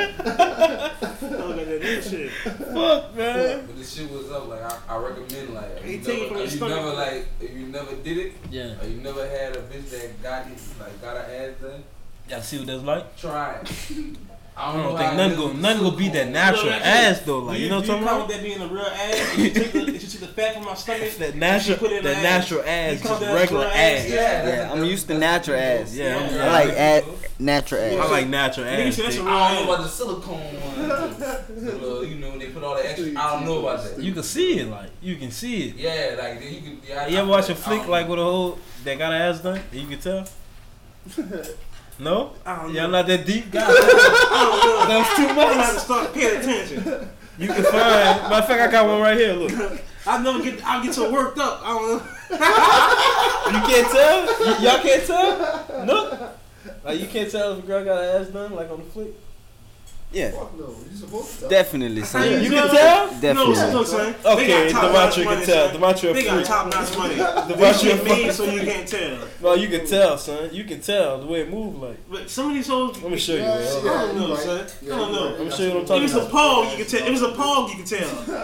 Speaker 3: I smell that new shit.
Speaker 2: Fuck man.
Speaker 9: But the shit was up. Like I, I recommend, like if
Speaker 3: He
Speaker 9: you,
Speaker 3: take it from
Speaker 9: never,
Speaker 3: the
Speaker 9: if you
Speaker 3: stomach.
Speaker 9: never like if you never did it,
Speaker 2: Yeah.
Speaker 9: or you never had a bitch that got it, like got her ass done,
Speaker 2: Y'all see what that's like?
Speaker 9: try it.
Speaker 2: I don't
Speaker 9: know
Speaker 2: think
Speaker 9: how it
Speaker 2: none
Speaker 9: is
Speaker 2: go
Speaker 9: with the
Speaker 2: none go beat that
Speaker 9: silicone.
Speaker 2: natural
Speaker 3: You know what I'm saying?
Speaker 2: ass though. Like
Speaker 3: Do
Speaker 2: you, know what
Speaker 3: do
Speaker 2: I'm
Speaker 3: count
Speaker 2: talking
Speaker 3: that being a real ass? If you take the, if you took the fat from my stomach,
Speaker 2: about? That
Speaker 3: you
Speaker 2: natural
Speaker 3: put it in
Speaker 2: that
Speaker 3: the ass.
Speaker 2: natural ass,
Speaker 3: You count
Speaker 2: just
Speaker 3: that as
Speaker 2: regular
Speaker 3: real
Speaker 2: ass.
Speaker 3: ass?
Speaker 2: Yeah,
Speaker 9: Yeah, that's-
Speaker 6: Yeah, I'm used to natural ass.
Speaker 2: I'm-
Speaker 9: Yeah.
Speaker 6: I like ad, natural
Speaker 3: Yeah.
Speaker 6: ass.
Speaker 2: I like natural
Speaker 3: Nigga
Speaker 2: ass.
Speaker 3: said that's a
Speaker 2: dick.
Speaker 3: real
Speaker 9: I don't know
Speaker 3: ass.
Speaker 9: about the silicone one. The little, you know, when they put all the extra. I don't know about that.
Speaker 2: You can see it, like you can see it.
Speaker 9: Yeah, like then you can. Yeah, I-
Speaker 2: You
Speaker 9: I-
Speaker 2: ever watch a
Speaker 9: I
Speaker 2: flick
Speaker 3: um,
Speaker 9: don't-
Speaker 2: like with a whole that got an ass done? You can tell. No,
Speaker 3: I don't know.
Speaker 2: y'all not that deep. God, that was too
Speaker 3: I'm gonna have to
Speaker 2: much.
Speaker 3: start paying attention.
Speaker 2: You can find. Matter of fact, I got one right here. Look, you
Speaker 3: I never get. I get so worked up. I don't know.
Speaker 2: can't tell. Y- y'all can't tell. No, like you can't tell if a girl got an ass done, like on the flick.
Speaker 6: Yeah,
Speaker 5: Fuck no. You supposed to.
Speaker 6: definitely.
Speaker 3: How
Speaker 6: Son.
Speaker 2: You can tell.
Speaker 6: Definitely.
Speaker 3: No, look, son.
Speaker 2: Okay,
Speaker 3: they got top-notch
Speaker 2: Demetri
Speaker 3: money,
Speaker 2: can tell.
Speaker 3: son.
Speaker 2: Demetri a
Speaker 3: They got
Speaker 2: freak.
Speaker 3: top notch money.
Speaker 2: Demetri
Speaker 3: They
Speaker 2: a
Speaker 3: shit
Speaker 2: fucking
Speaker 3: made so you
Speaker 2: freak.
Speaker 3: can't tell.
Speaker 2: No, you can tell, son. You can tell the way it move. Like,
Speaker 3: But some of these hoes,
Speaker 2: let me show you. man.
Speaker 5: Yeah,
Speaker 3: I don't
Speaker 5: you
Speaker 3: know,
Speaker 5: right.
Speaker 3: son.
Speaker 5: Yeah,
Speaker 3: I don't
Speaker 5: you
Speaker 3: know.
Speaker 5: right.
Speaker 2: I'm sure you don't
Speaker 3: If
Speaker 2: talk
Speaker 3: it's
Speaker 2: about. Oh,
Speaker 3: a pog, you can tell. If it's a pog, you can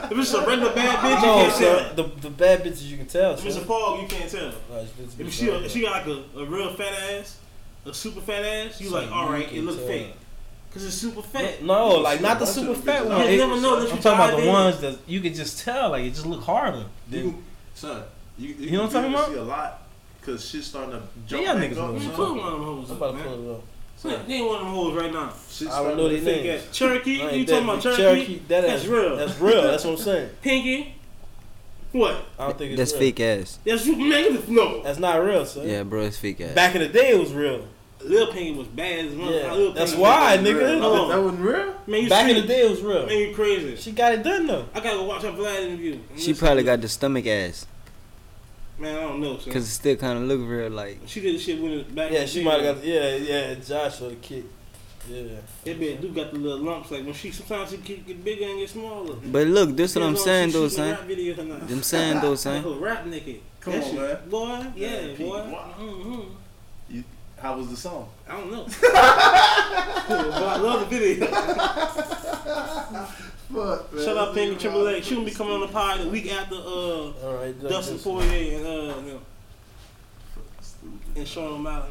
Speaker 3: tell. If it's a regular bad bitch, you
Speaker 2: No,
Speaker 3: can't tell.
Speaker 2: son. The the bad bitches you can tell,
Speaker 3: If it's a
Speaker 2: son.
Speaker 3: pog, you can't tell.
Speaker 2: Nah, it's bitches
Speaker 3: If
Speaker 2: be
Speaker 3: she,
Speaker 2: like
Speaker 3: if
Speaker 2: that.
Speaker 3: she got like a, a real fat ass, a super fat ass, you
Speaker 2: Son,
Speaker 3: like, all right,
Speaker 2: can
Speaker 3: it look
Speaker 2: tell.
Speaker 3: fake, cause it's super fat.
Speaker 2: No, like not the super fat one.
Speaker 3: You
Speaker 2: It-
Speaker 3: never know that
Speaker 2: I'm
Speaker 3: you
Speaker 2: talking about
Speaker 3: dive
Speaker 2: the
Speaker 3: in.
Speaker 2: ones that you can just tell, like it just look harder.
Speaker 1: You, son, you, you,
Speaker 2: know what I'm
Speaker 1: you
Speaker 2: talking
Speaker 1: See a lot because shit's starting to
Speaker 2: Yeah,
Speaker 1: jump
Speaker 2: niggas
Speaker 1: back up.
Speaker 2: know.
Speaker 3: Man,
Speaker 1: son.
Speaker 3: put one of them
Speaker 2: I'm
Speaker 3: hoes up,
Speaker 2: about to
Speaker 3: man.
Speaker 2: pull it up.
Speaker 1: So
Speaker 3: They ain't one of them hoes right now.
Speaker 1: shit
Speaker 2: I don't know
Speaker 1: started-
Speaker 2: their
Speaker 3: Fake
Speaker 2: names.
Speaker 3: ass. Cherokee,
Speaker 2: I
Speaker 3: you
Speaker 2: ain't
Speaker 3: talking
Speaker 2: that-
Speaker 3: about Cherokee?
Speaker 2: that
Speaker 3: That's
Speaker 2: is-
Speaker 3: real.
Speaker 2: That's real. That's what I'm saying.
Speaker 3: Pinky? What?
Speaker 2: I don't think it's
Speaker 6: That's
Speaker 2: real.
Speaker 6: fake ass.
Speaker 3: That's you, man. No.
Speaker 2: That's not real, son.
Speaker 6: Yeah, bro, it's fake ass.
Speaker 2: Back in the day, it was real.
Speaker 3: Lil Pinky was bad as well.
Speaker 2: Yeah,
Speaker 3: Lil
Speaker 2: that's
Speaker 3: Pinky
Speaker 2: why,
Speaker 3: was bad.
Speaker 2: nigga.
Speaker 1: That-
Speaker 3: Hold
Speaker 1: That
Speaker 3: on.
Speaker 1: wasn't real?
Speaker 3: Man, you
Speaker 2: Back in the
Speaker 3: crazy.
Speaker 2: day, it was real.
Speaker 3: Man, you crazy.
Speaker 2: She got it done though.
Speaker 3: I gotta go watch her Vlad interview.
Speaker 6: She probably got the stomach ass,
Speaker 3: Man, I don't know, son.
Speaker 6: cause it still kind of look real like.
Speaker 3: She did the shit when it back. in
Speaker 2: Yeah,
Speaker 3: the
Speaker 2: she
Speaker 3: day,
Speaker 2: might have got. Yeah, yeah. Josh or the kid. Yeah.
Speaker 3: That bitch do got the little lumps. Like when she sometimes she get, get bigger and get smaller.
Speaker 6: But look, this what
Speaker 3: Depends on
Speaker 6: I'm saying
Speaker 3: if she
Speaker 6: though,
Speaker 3: shooting
Speaker 6: son.
Speaker 3: Rap videos or not.
Speaker 6: Them saying though,
Speaker 3: That
Speaker 6: son.
Speaker 3: whole rap nigga.
Speaker 1: Come
Speaker 3: That
Speaker 1: on,
Speaker 3: shit-
Speaker 1: man.
Speaker 3: Boy, yeah,
Speaker 1: Yeah, Pete,
Speaker 3: boy.
Speaker 1: what?
Speaker 3: Mm-hmm.
Speaker 1: How was the song?
Speaker 3: I don't know. but I love the video.
Speaker 5: Fuck, man.
Speaker 3: Shout out Penny Triple X. She gonna be coming on the pod the week after uh
Speaker 2: All right. Doug,
Speaker 3: Dustin
Speaker 2: this-
Speaker 3: Poirier and uh you know, and Sean O'Malley.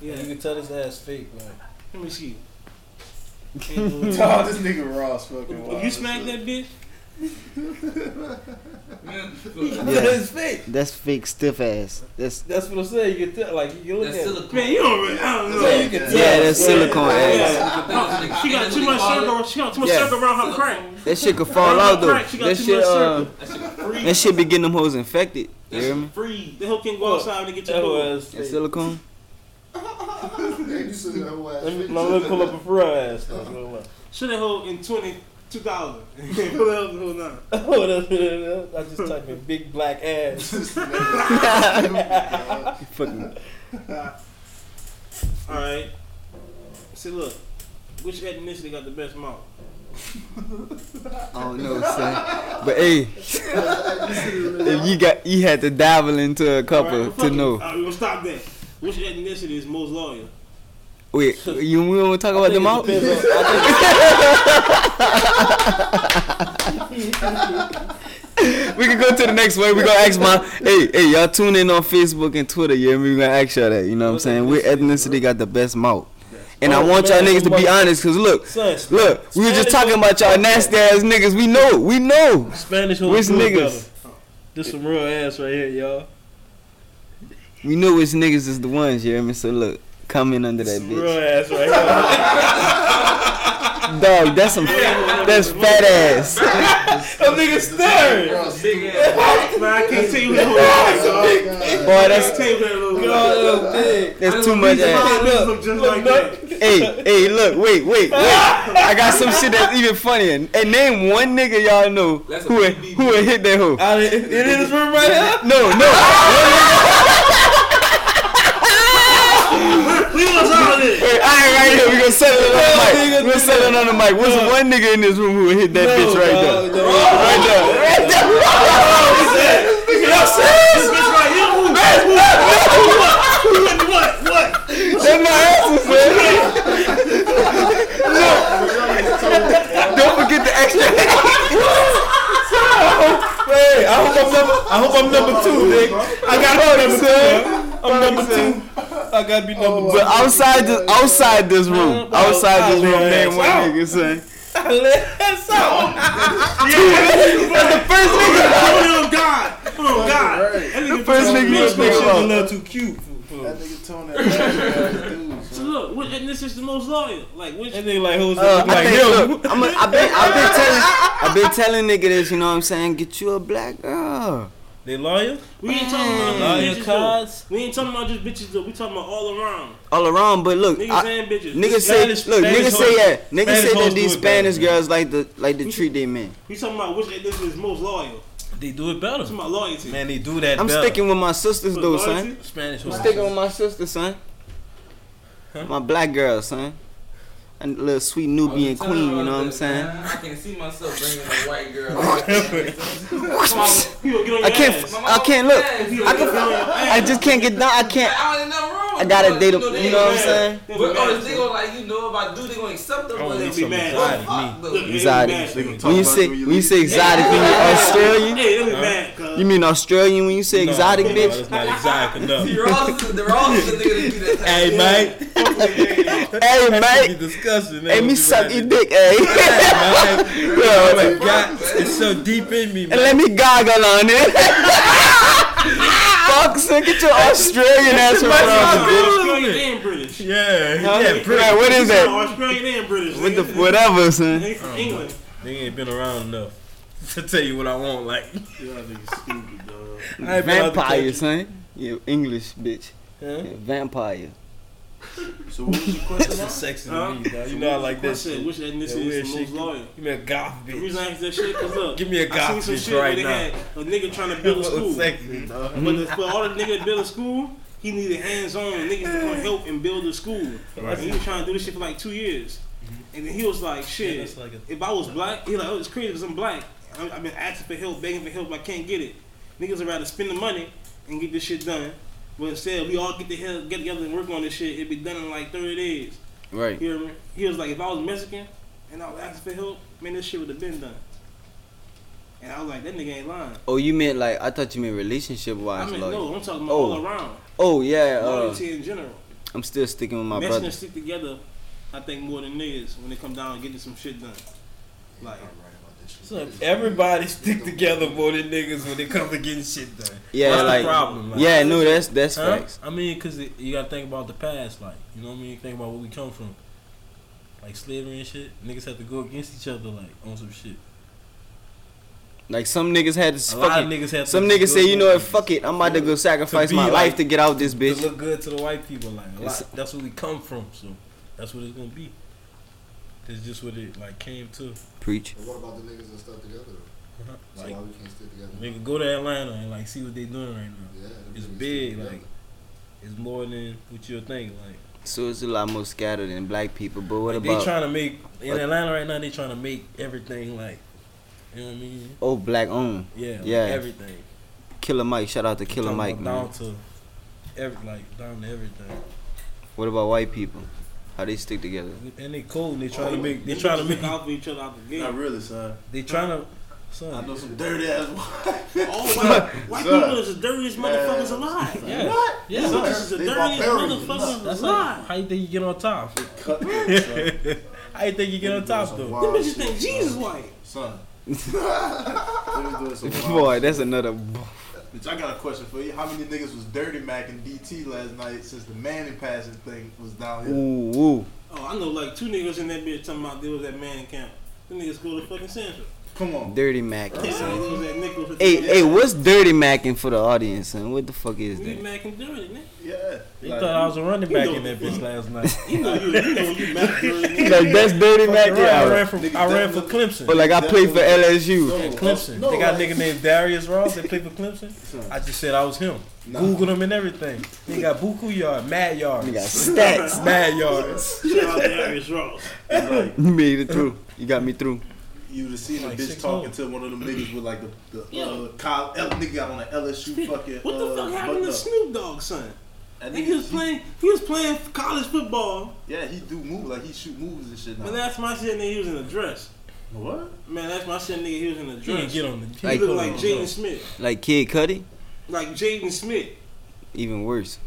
Speaker 3: Yeah,
Speaker 2: You can tell this ass fake, man.
Speaker 3: let me see.
Speaker 1: Oh, this nigga Ross fucking
Speaker 3: If
Speaker 1: wild.
Speaker 3: you smack that bitch,
Speaker 6: Yeah,
Speaker 2: it's fake.
Speaker 6: that's fake stiff ass. That's
Speaker 2: That's what I'm saying. You can tell. Like you look
Speaker 9: That's
Speaker 2: at. it.
Speaker 9: silicone.
Speaker 3: man, you don't really, I don't know.
Speaker 2: you can
Speaker 6: yeah, that's silicone ass.
Speaker 3: No, she got too much circle. She got too much
Speaker 6: Yeah.
Speaker 3: circle around her crack.
Speaker 6: That shit could fall out though.
Speaker 3: Crack, she got
Speaker 6: That
Speaker 3: too
Speaker 6: shit,
Speaker 3: much
Speaker 6: uh,
Speaker 3: circle.
Speaker 9: That shit free.
Speaker 6: that shit be getting them hoes infected. You
Speaker 9: That
Speaker 6: hear
Speaker 9: shit
Speaker 6: me?
Speaker 9: free.
Speaker 3: The hoe can go outside and get your
Speaker 2: That
Speaker 3: cool.
Speaker 2: was
Speaker 6: That
Speaker 2: fake.
Speaker 6: silicone.
Speaker 5: you said that whole ass
Speaker 2: Let me,
Speaker 5: shit.
Speaker 2: let me pull up a front ass. That's what it was.
Speaker 3: Should that hoe in 20, 2000. Pull it up the whole nine.
Speaker 2: Oh, that's what it is. I just typed in big black ass.
Speaker 6: Fucking
Speaker 3: All right. See, look, which ethnicity got the best mouth?
Speaker 6: I don't know, son. But hey, if you got, you had to dabble into a
Speaker 3: All
Speaker 6: couple
Speaker 3: right, fuck it.
Speaker 6: to
Speaker 3: All
Speaker 6: know.
Speaker 3: right, we're gonna stop that. Which ethnicity is most loyal?
Speaker 6: Wait, you we want to talk about
Speaker 2: I think it
Speaker 6: them out?
Speaker 2: depends on- I think-
Speaker 6: We can go to the next one. We gonna ask my hey hey y'all tune in on Facebook and Twitter. Yeah, we gonna ask y'all that. You know what I'm saying? Which ethnicity got the best mouth? And I
Speaker 2: Oh,
Speaker 6: want y'all
Speaker 2: man,
Speaker 6: niggas to be
Speaker 2: mother-
Speaker 6: honest, cause look,
Speaker 2: Son,
Speaker 6: look, we were just
Speaker 2: Spanish
Speaker 6: talking
Speaker 2: hoe-
Speaker 6: about y'all nasty ass niggas. We know, we know.
Speaker 2: Spanish hoe
Speaker 6: Which
Speaker 2: do it
Speaker 6: niggas?
Speaker 2: better. This some real ass right here, y'all.
Speaker 6: We know which niggas is the ones. You hear me? So look, come in under that
Speaker 2: Some real
Speaker 6: bitch,
Speaker 2: ass right here.
Speaker 6: dog. That's some, that's fat ass.
Speaker 2: Them niggas staring.
Speaker 9: That's big ass.
Speaker 3: Man, I can't tell you who that was. dog.
Speaker 6: Boy,
Speaker 3: I can't
Speaker 6: that's
Speaker 3: tell you who that was.
Speaker 2: God, look big.
Speaker 6: that's too much ass.
Speaker 3: All niggas look just like that.
Speaker 6: Hey, hey, look, wait, wait, wait. I got some shit that's even funnier. And name one nigga y'all know
Speaker 9: That's a
Speaker 6: who would,
Speaker 9: BBB.
Speaker 6: who would hit that hoe.
Speaker 2: I, it it is this room right here.
Speaker 6: No, no.
Speaker 3: We was all this.
Speaker 6: Wait, I ain't right here. We gonna settle it on the
Speaker 2: No,
Speaker 6: mic.
Speaker 2: nigga,
Speaker 6: We gonna settle it on the mic. What's the one nigga in this room who would hit that bitch right there? Right there. Right there.
Speaker 3: This bitch right here. Who? Who? Who? Who? What? What?
Speaker 6: That's my answer, man. Look. Don't forget the extra.
Speaker 2: Hey, I hope I'm number. I hope I'm number two, nigga. I got all them, son. I'm number two. I gotta be number
Speaker 6: But outside this, outside this room, outside this room,
Speaker 2: Outside.
Speaker 6: name one nigga, son.
Speaker 2: two. That's all.
Speaker 6: That's the first nigga.
Speaker 3: Oh God! Oh God! That nigga
Speaker 6: First
Speaker 3: just-
Speaker 6: nigga you
Speaker 3: Bitch,
Speaker 6: think
Speaker 2: a
Speaker 6: about.
Speaker 2: little too cute. for- for-
Speaker 1: That nigga Tony, that ass dude.
Speaker 3: So look, what ethnicity is the most loyal? Like which?
Speaker 2: That nigga like who's
Speaker 6: Uh,
Speaker 2: like
Speaker 6: I think,
Speaker 2: him.
Speaker 6: look, I'm a, I've been, I've been telling, I've been telling nigga this. You know what I'm saying? Get you a black girl.
Speaker 2: They lawyer?
Speaker 3: We ain't talking about
Speaker 2: Lawyer
Speaker 3: just bitches though.
Speaker 2: cards.
Speaker 3: We ain't talking about just bitches though. We talking about all around
Speaker 6: All around, but look,
Speaker 3: niggas
Speaker 6: I,
Speaker 3: and bitches.
Speaker 6: niggas
Speaker 2: Spanish-
Speaker 6: say, look,
Speaker 2: Spanish
Speaker 6: niggas say,
Speaker 2: hoes-
Speaker 6: yeah, niggas
Speaker 2: Spanish
Speaker 6: say
Speaker 2: hoes
Speaker 6: that
Speaker 2: do
Speaker 6: these
Speaker 2: it better,
Speaker 6: Spanish
Speaker 2: man.
Speaker 6: girls like the, like the treat they men.
Speaker 3: We talking about which ethnicity is most loyal.
Speaker 2: They do it better.
Speaker 3: Talking about loyalty.
Speaker 2: Man, they do that
Speaker 6: I'm
Speaker 2: better.
Speaker 6: sticking with my sisters
Speaker 3: But
Speaker 6: though,
Speaker 3: loyalty?
Speaker 6: son.
Speaker 2: Spanish.
Speaker 6: I'm
Speaker 2: hoes.
Speaker 6: sticking with my sisters, son.
Speaker 2: Huh?
Speaker 6: My black girl, son. And little sweet Nubian queen, you know what I'm saying?
Speaker 9: Man, I can see myself bringing a white girl. Come on,
Speaker 3: You gonna get on your
Speaker 6: I can't,
Speaker 3: ass.
Speaker 6: f-
Speaker 9: my
Speaker 6: I
Speaker 9: mama
Speaker 6: can't look.
Speaker 9: says,
Speaker 3: You
Speaker 9: you
Speaker 3: gonna
Speaker 9: know,
Speaker 3: get on your
Speaker 6: I
Speaker 3: ass.
Speaker 6: just can't get down. I can't.
Speaker 9: I don't know wrong.
Speaker 6: I gotta date 'em,
Speaker 9: they
Speaker 6: you know what I'm
Speaker 9: mad.
Speaker 6: saying?
Speaker 3: They'll be
Speaker 9: But
Speaker 3: mad.
Speaker 9: oh, this nigga like you know if I do, they gonna accept them.
Speaker 2: I
Speaker 9: but
Speaker 2: don't
Speaker 9: they
Speaker 2: need
Speaker 9: be
Speaker 2: some
Speaker 9: mad.
Speaker 2: anxiety,
Speaker 9: Fuck,
Speaker 3: Look, they
Speaker 9: though.
Speaker 3: be
Speaker 6: Exotic.
Speaker 3: mad.
Speaker 1: They gonna talk
Speaker 6: When you
Speaker 1: about
Speaker 6: say,
Speaker 1: when you
Speaker 6: when you
Speaker 1: leave.
Speaker 6: say exotic, when you Australian,
Speaker 3: Hey, they be mad, cuz.
Speaker 6: you mean Australian when you say exotic,
Speaker 2: no,
Speaker 6: bitch?
Speaker 2: That's not exotic enough.
Speaker 9: They're all they're all the nigga that do that. type of
Speaker 2: hey,
Speaker 9: shit.
Speaker 2: mate.
Speaker 6: Hey,
Speaker 2: That
Speaker 6: mate.
Speaker 2: should be disgussion. That
Speaker 6: Hey,
Speaker 2: would
Speaker 6: me
Speaker 2: be
Speaker 6: suck
Speaker 2: right.
Speaker 6: your dick, hey.
Speaker 2: Hey, mate.
Speaker 6: Yeah,
Speaker 2: Oh my
Speaker 6: like,
Speaker 2: God, it's so deep in me,
Speaker 6: and
Speaker 2: man.
Speaker 6: let me goggle on it. Fuck dog, son. Get your Australian ass from around, bitch.
Speaker 3: Australian and British.
Speaker 4: Yeah,
Speaker 6: Huh?
Speaker 4: yeah, pretty.
Speaker 6: Right, what is
Speaker 3: Yeah,
Speaker 6: that?
Speaker 3: Australian and British.
Speaker 6: What the
Speaker 3: nigga.
Speaker 6: whatever, son?
Speaker 3: They
Speaker 2: Oh,
Speaker 3: from England.
Speaker 2: They ain't been around enough to tell you what I want. Like
Speaker 3: Y'all niggas stupid, dog.
Speaker 2: I ain't been out the
Speaker 6: Vampire,
Speaker 2: country.
Speaker 6: son. You English bitch.
Speaker 2: Huh?
Speaker 6: Yeah, vampire.
Speaker 1: So what was your question?
Speaker 2: That's sexy
Speaker 3: Huh?
Speaker 2: to me, dog. You know I like that
Speaker 3: said,
Speaker 2: shit.
Speaker 3: Which ethnicity
Speaker 2: weird
Speaker 3: is the
Speaker 2: shit.
Speaker 3: most loyal?
Speaker 2: Give me a goth
Speaker 3: The reason I
Speaker 2: bitch.
Speaker 3: asked that shit, cause look,
Speaker 2: Give me a
Speaker 3: I seen
Speaker 2: goth
Speaker 3: some
Speaker 2: bitch
Speaker 3: shit where
Speaker 2: right
Speaker 3: they
Speaker 2: now.
Speaker 3: had a nigga trying to build a
Speaker 2: Little
Speaker 3: school.
Speaker 2: sexy, dog.
Speaker 3: But the- for all the nigga to build a school, he needed hands on niggas to come help and build a school. And he was trying to do this shit for like two years. And then he was like, shit,
Speaker 2: Mm-hmm. That's like a
Speaker 3: if I was black, he like, oh, it's crazy because I'm black. I- I've been asking for help, begging for help, but I can't get it. Niggas would rather spend the money and get this shit done. But instead, we all get the hell, get together and work on this shit. It'd be done in like 30 days.
Speaker 6: Right.
Speaker 3: You hear me? He was like, if I was Mexican and I was asking for help, man, this shit would have been done. And I was like, that nigga ain't lying.
Speaker 6: Oh, you meant like I thought you meant relationship
Speaker 3: I
Speaker 6: wise,
Speaker 3: mean,
Speaker 6: like.
Speaker 3: no, I'm talking about
Speaker 6: Oh.
Speaker 3: all around.
Speaker 6: Oh yeah. Uh,
Speaker 3: Loyalty in general.
Speaker 6: I'm still sticking with my
Speaker 3: Mexicans
Speaker 6: brother.
Speaker 3: stick together, I think, more than niggas when they come down and getting some shit done. Like,
Speaker 2: So everybody stick together more than niggas when it comes to getting shit done.
Speaker 6: Yeah,
Speaker 2: That's the
Speaker 6: like.
Speaker 2: problem, like-
Speaker 6: yeah, no, that's that's facts.
Speaker 2: I mean, cause it, you gotta think about the past, like you know what I mean. Think about where we come from, like slavery and shit. Niggas have to go against each other, like on some shit.
Speaker 6: Like some niggas had to
Speaker 2: A lot of
Speaker 6: fucking.
Speaker 2: niggas have
Speaker 6: Some
Speaker 2: to
Speaker 6: niggas
Speaker 2: go
Speaker 6: say, you know what?
Speaker 2: against-
Speaker 6: Fuck it. I'm about to go sacrifice
Speaker 2: be
Speaker 6: my
Speaker 2: like-
Speaker 6: life to get out this
Speaker 2: To
Speaker 6: bitch.
Speaker 2: look good to the white people, like a
Speaker 6: It's-
Speaker 2: lot. That's where we come from, so that's what it's gonna be. That's just what it like came to.
Speaker 6: Preach.
Speaker 5: But what about the niggas that stuck together? though? So
Speaker 2: Like
Speaker 5: why we can't stick together?
Speaker 2: nigga, go to Atlanta and like see what they doing right now.
Speaker 5: Yeah, them
Speaker 2: It's
Speaker 5: niggas
Speaker 2: big,
Speaker 5: stick
Speaker 2: like it's more than what you'll think, like.
Speaker 6: So it's a lot more scattered than black people. But what
Speaker 2: Like,
Speaker 6: about
Speaker 2: they trying to make in
Speaker 6: What?
Speaker 2: Atlanta right now? They trying to make everything like you know what I mean?
Speaker 6: oh black owned?
Speaker 2: Yeah, like,
Speaker 6: Yeah.
Speaker 2: everything.
Speaker 6: Killer Mike. Shout out to Killer
Speaker 2: Talking
Speaker 6: Mike,
Speaker 2: about
Speaker 6: man.
Speaker 2: Down to every like down to everything,
Speaker 6: What about white people? How they stick together?
Speaker 2: and they cold. And they trying to make. They
Speaker 3: niggas
Speaker 2: trying to
Speaker 3: look
Speaker 2: make.
Speaker 3: out for each other out the
Speaker 1: Not
Speaker 3: gate.
Speaker 1: really, son.
Speaker 2: They trying to.
Speaker 1: I
Speaker 2: Son,
Speaker 1: know some dirty ass.
Speaker 3: Oh, white, white
Speaker 1: Son.
Speaker 3: people is the dirtiest motherfuckers
Speaker 1: Man.
Speaker 3: alive.
Speaker 2: Yeah.
Speaker 3: What?
Speaker 2: Yeah.
Speaker 3: These bitches is the
Speaker 1: They
Speaker 3: dirtiest
Speaker 1: barbarians.
Speaker 3: motherfuckers
Speaker 2: that's like,
Speaker 3: alive.
Speaker 2: how you think you get on top?
Speaker 1: Cut them, son.
Speaker 2: how you think you get on top though?
Speaker 3: Them bitches think Jesus white.
Speaker 1: Son. They was doing some wild
Speaker 6: Boy, that's another. b-
Speaker 1: Bitch, I got a question for you. How many niggas was dirty Mac and DT last night since the Manning passing thing was down
Speaker 6: Ooh,
Speaker 1: here?
Speaker 6: ooh.
Speaker 3: Oh, I know like two niggas in that bitch talking about they was at man camp. Them niggas go to fucking Central.
Speaker 1: Come on.
Speaker 6: Dirty Mac.
Speaker 3: They say they was at Nichols. for
Speaker 6: Hey,
Speaker 3: two
Speaker 6: hey,
Speaker 3: years.
Speaker 6: what's dirty macking for the audience, son? What the fuck is
Speaker 3: You
Speaker 6: that?
Speaker 3: Mac and dirty, nigga.
Speaker 1: Yeah.
Speaker 2: They
Speaker 1: Like,
Speaker 2: thought I was a running back
Speaker 3: you know
Speaker 2: in that
Speaker 3: the
Speaker 2: bitch last
Speaker 3: fuck.
Speaker 2: night.
Speaker 3: You know you, you know you Mac dirty, nigga.
Speaker 6: Like that's dirty
Speaker 2: I
Speaker 6: macking.
Speaker 2: ran, I ran
Speaker 6: Yeah,
Speaker 2: from,
Speaker 1: Nigga,
Speaker 2: I ran
Speaker 1: that
Speaker 2: for
Speaker 1: look-
Speaker 2: Clemson.
Speaker 6: or like I played for LSU.
Speaker 2: At Clemson. they got a nigga named Darius Ross that played for Clemson. I just said I was him.
Speaker 1: Nah.
Speaker 2: Googled him and everything. They got Buku Yard, Mad Yard.
Speaker 6: You got stats.
Speaker 2: Mad yards.
Speaker 3: Shout out to Darius Ross.
Speaker 1: like,
Speaker 6: You made it through. You got me through.
Speaker 1: you would have seen a
Speaker 2: Like
Speaker 1: bitch
Speaker 2: six
Speaker 1: talking
Speaker 2: old.
Speaker 1: to one of them niggas with like the, the
Speaker 3: Yeah.
Speaker 1: uh, Kyle, L, nigga got on an LSU fucking.
Speaker 3: What the
Speaker 1: uh,
Speaker 3: fuck happened to
Speaker 1: button up.
Speaker 3: Snoop Dogg, son?
Speaker 1: That
Speaker 3: Nigga was
Speaker 1: nigga,
Speaker 3: playing, he was playing college football.
Speaker 1: yeah, he do move like he shoot moves and shit now.
Speaker 3: Man, that's my shit, nigga. He was in a dress.
Speaker 1: what?
Speaker 3: Man, that's my shit, nigga. He was in a
Speaker 2: You can
Speaker 3: dress.
Speaker 2: get on the he
Speaker 3: He
Speaker 6: Like-
Speaker 2: look
Speaker 3: looked like
Speaker 2: on
Speaker 3: Jaden
Speaker 2: the-
Speaker 3: Smith.
Speaker 6: Like Kid Cudi,
Speaker 3: Like Jaden Smith.
Speaker 6: even worse.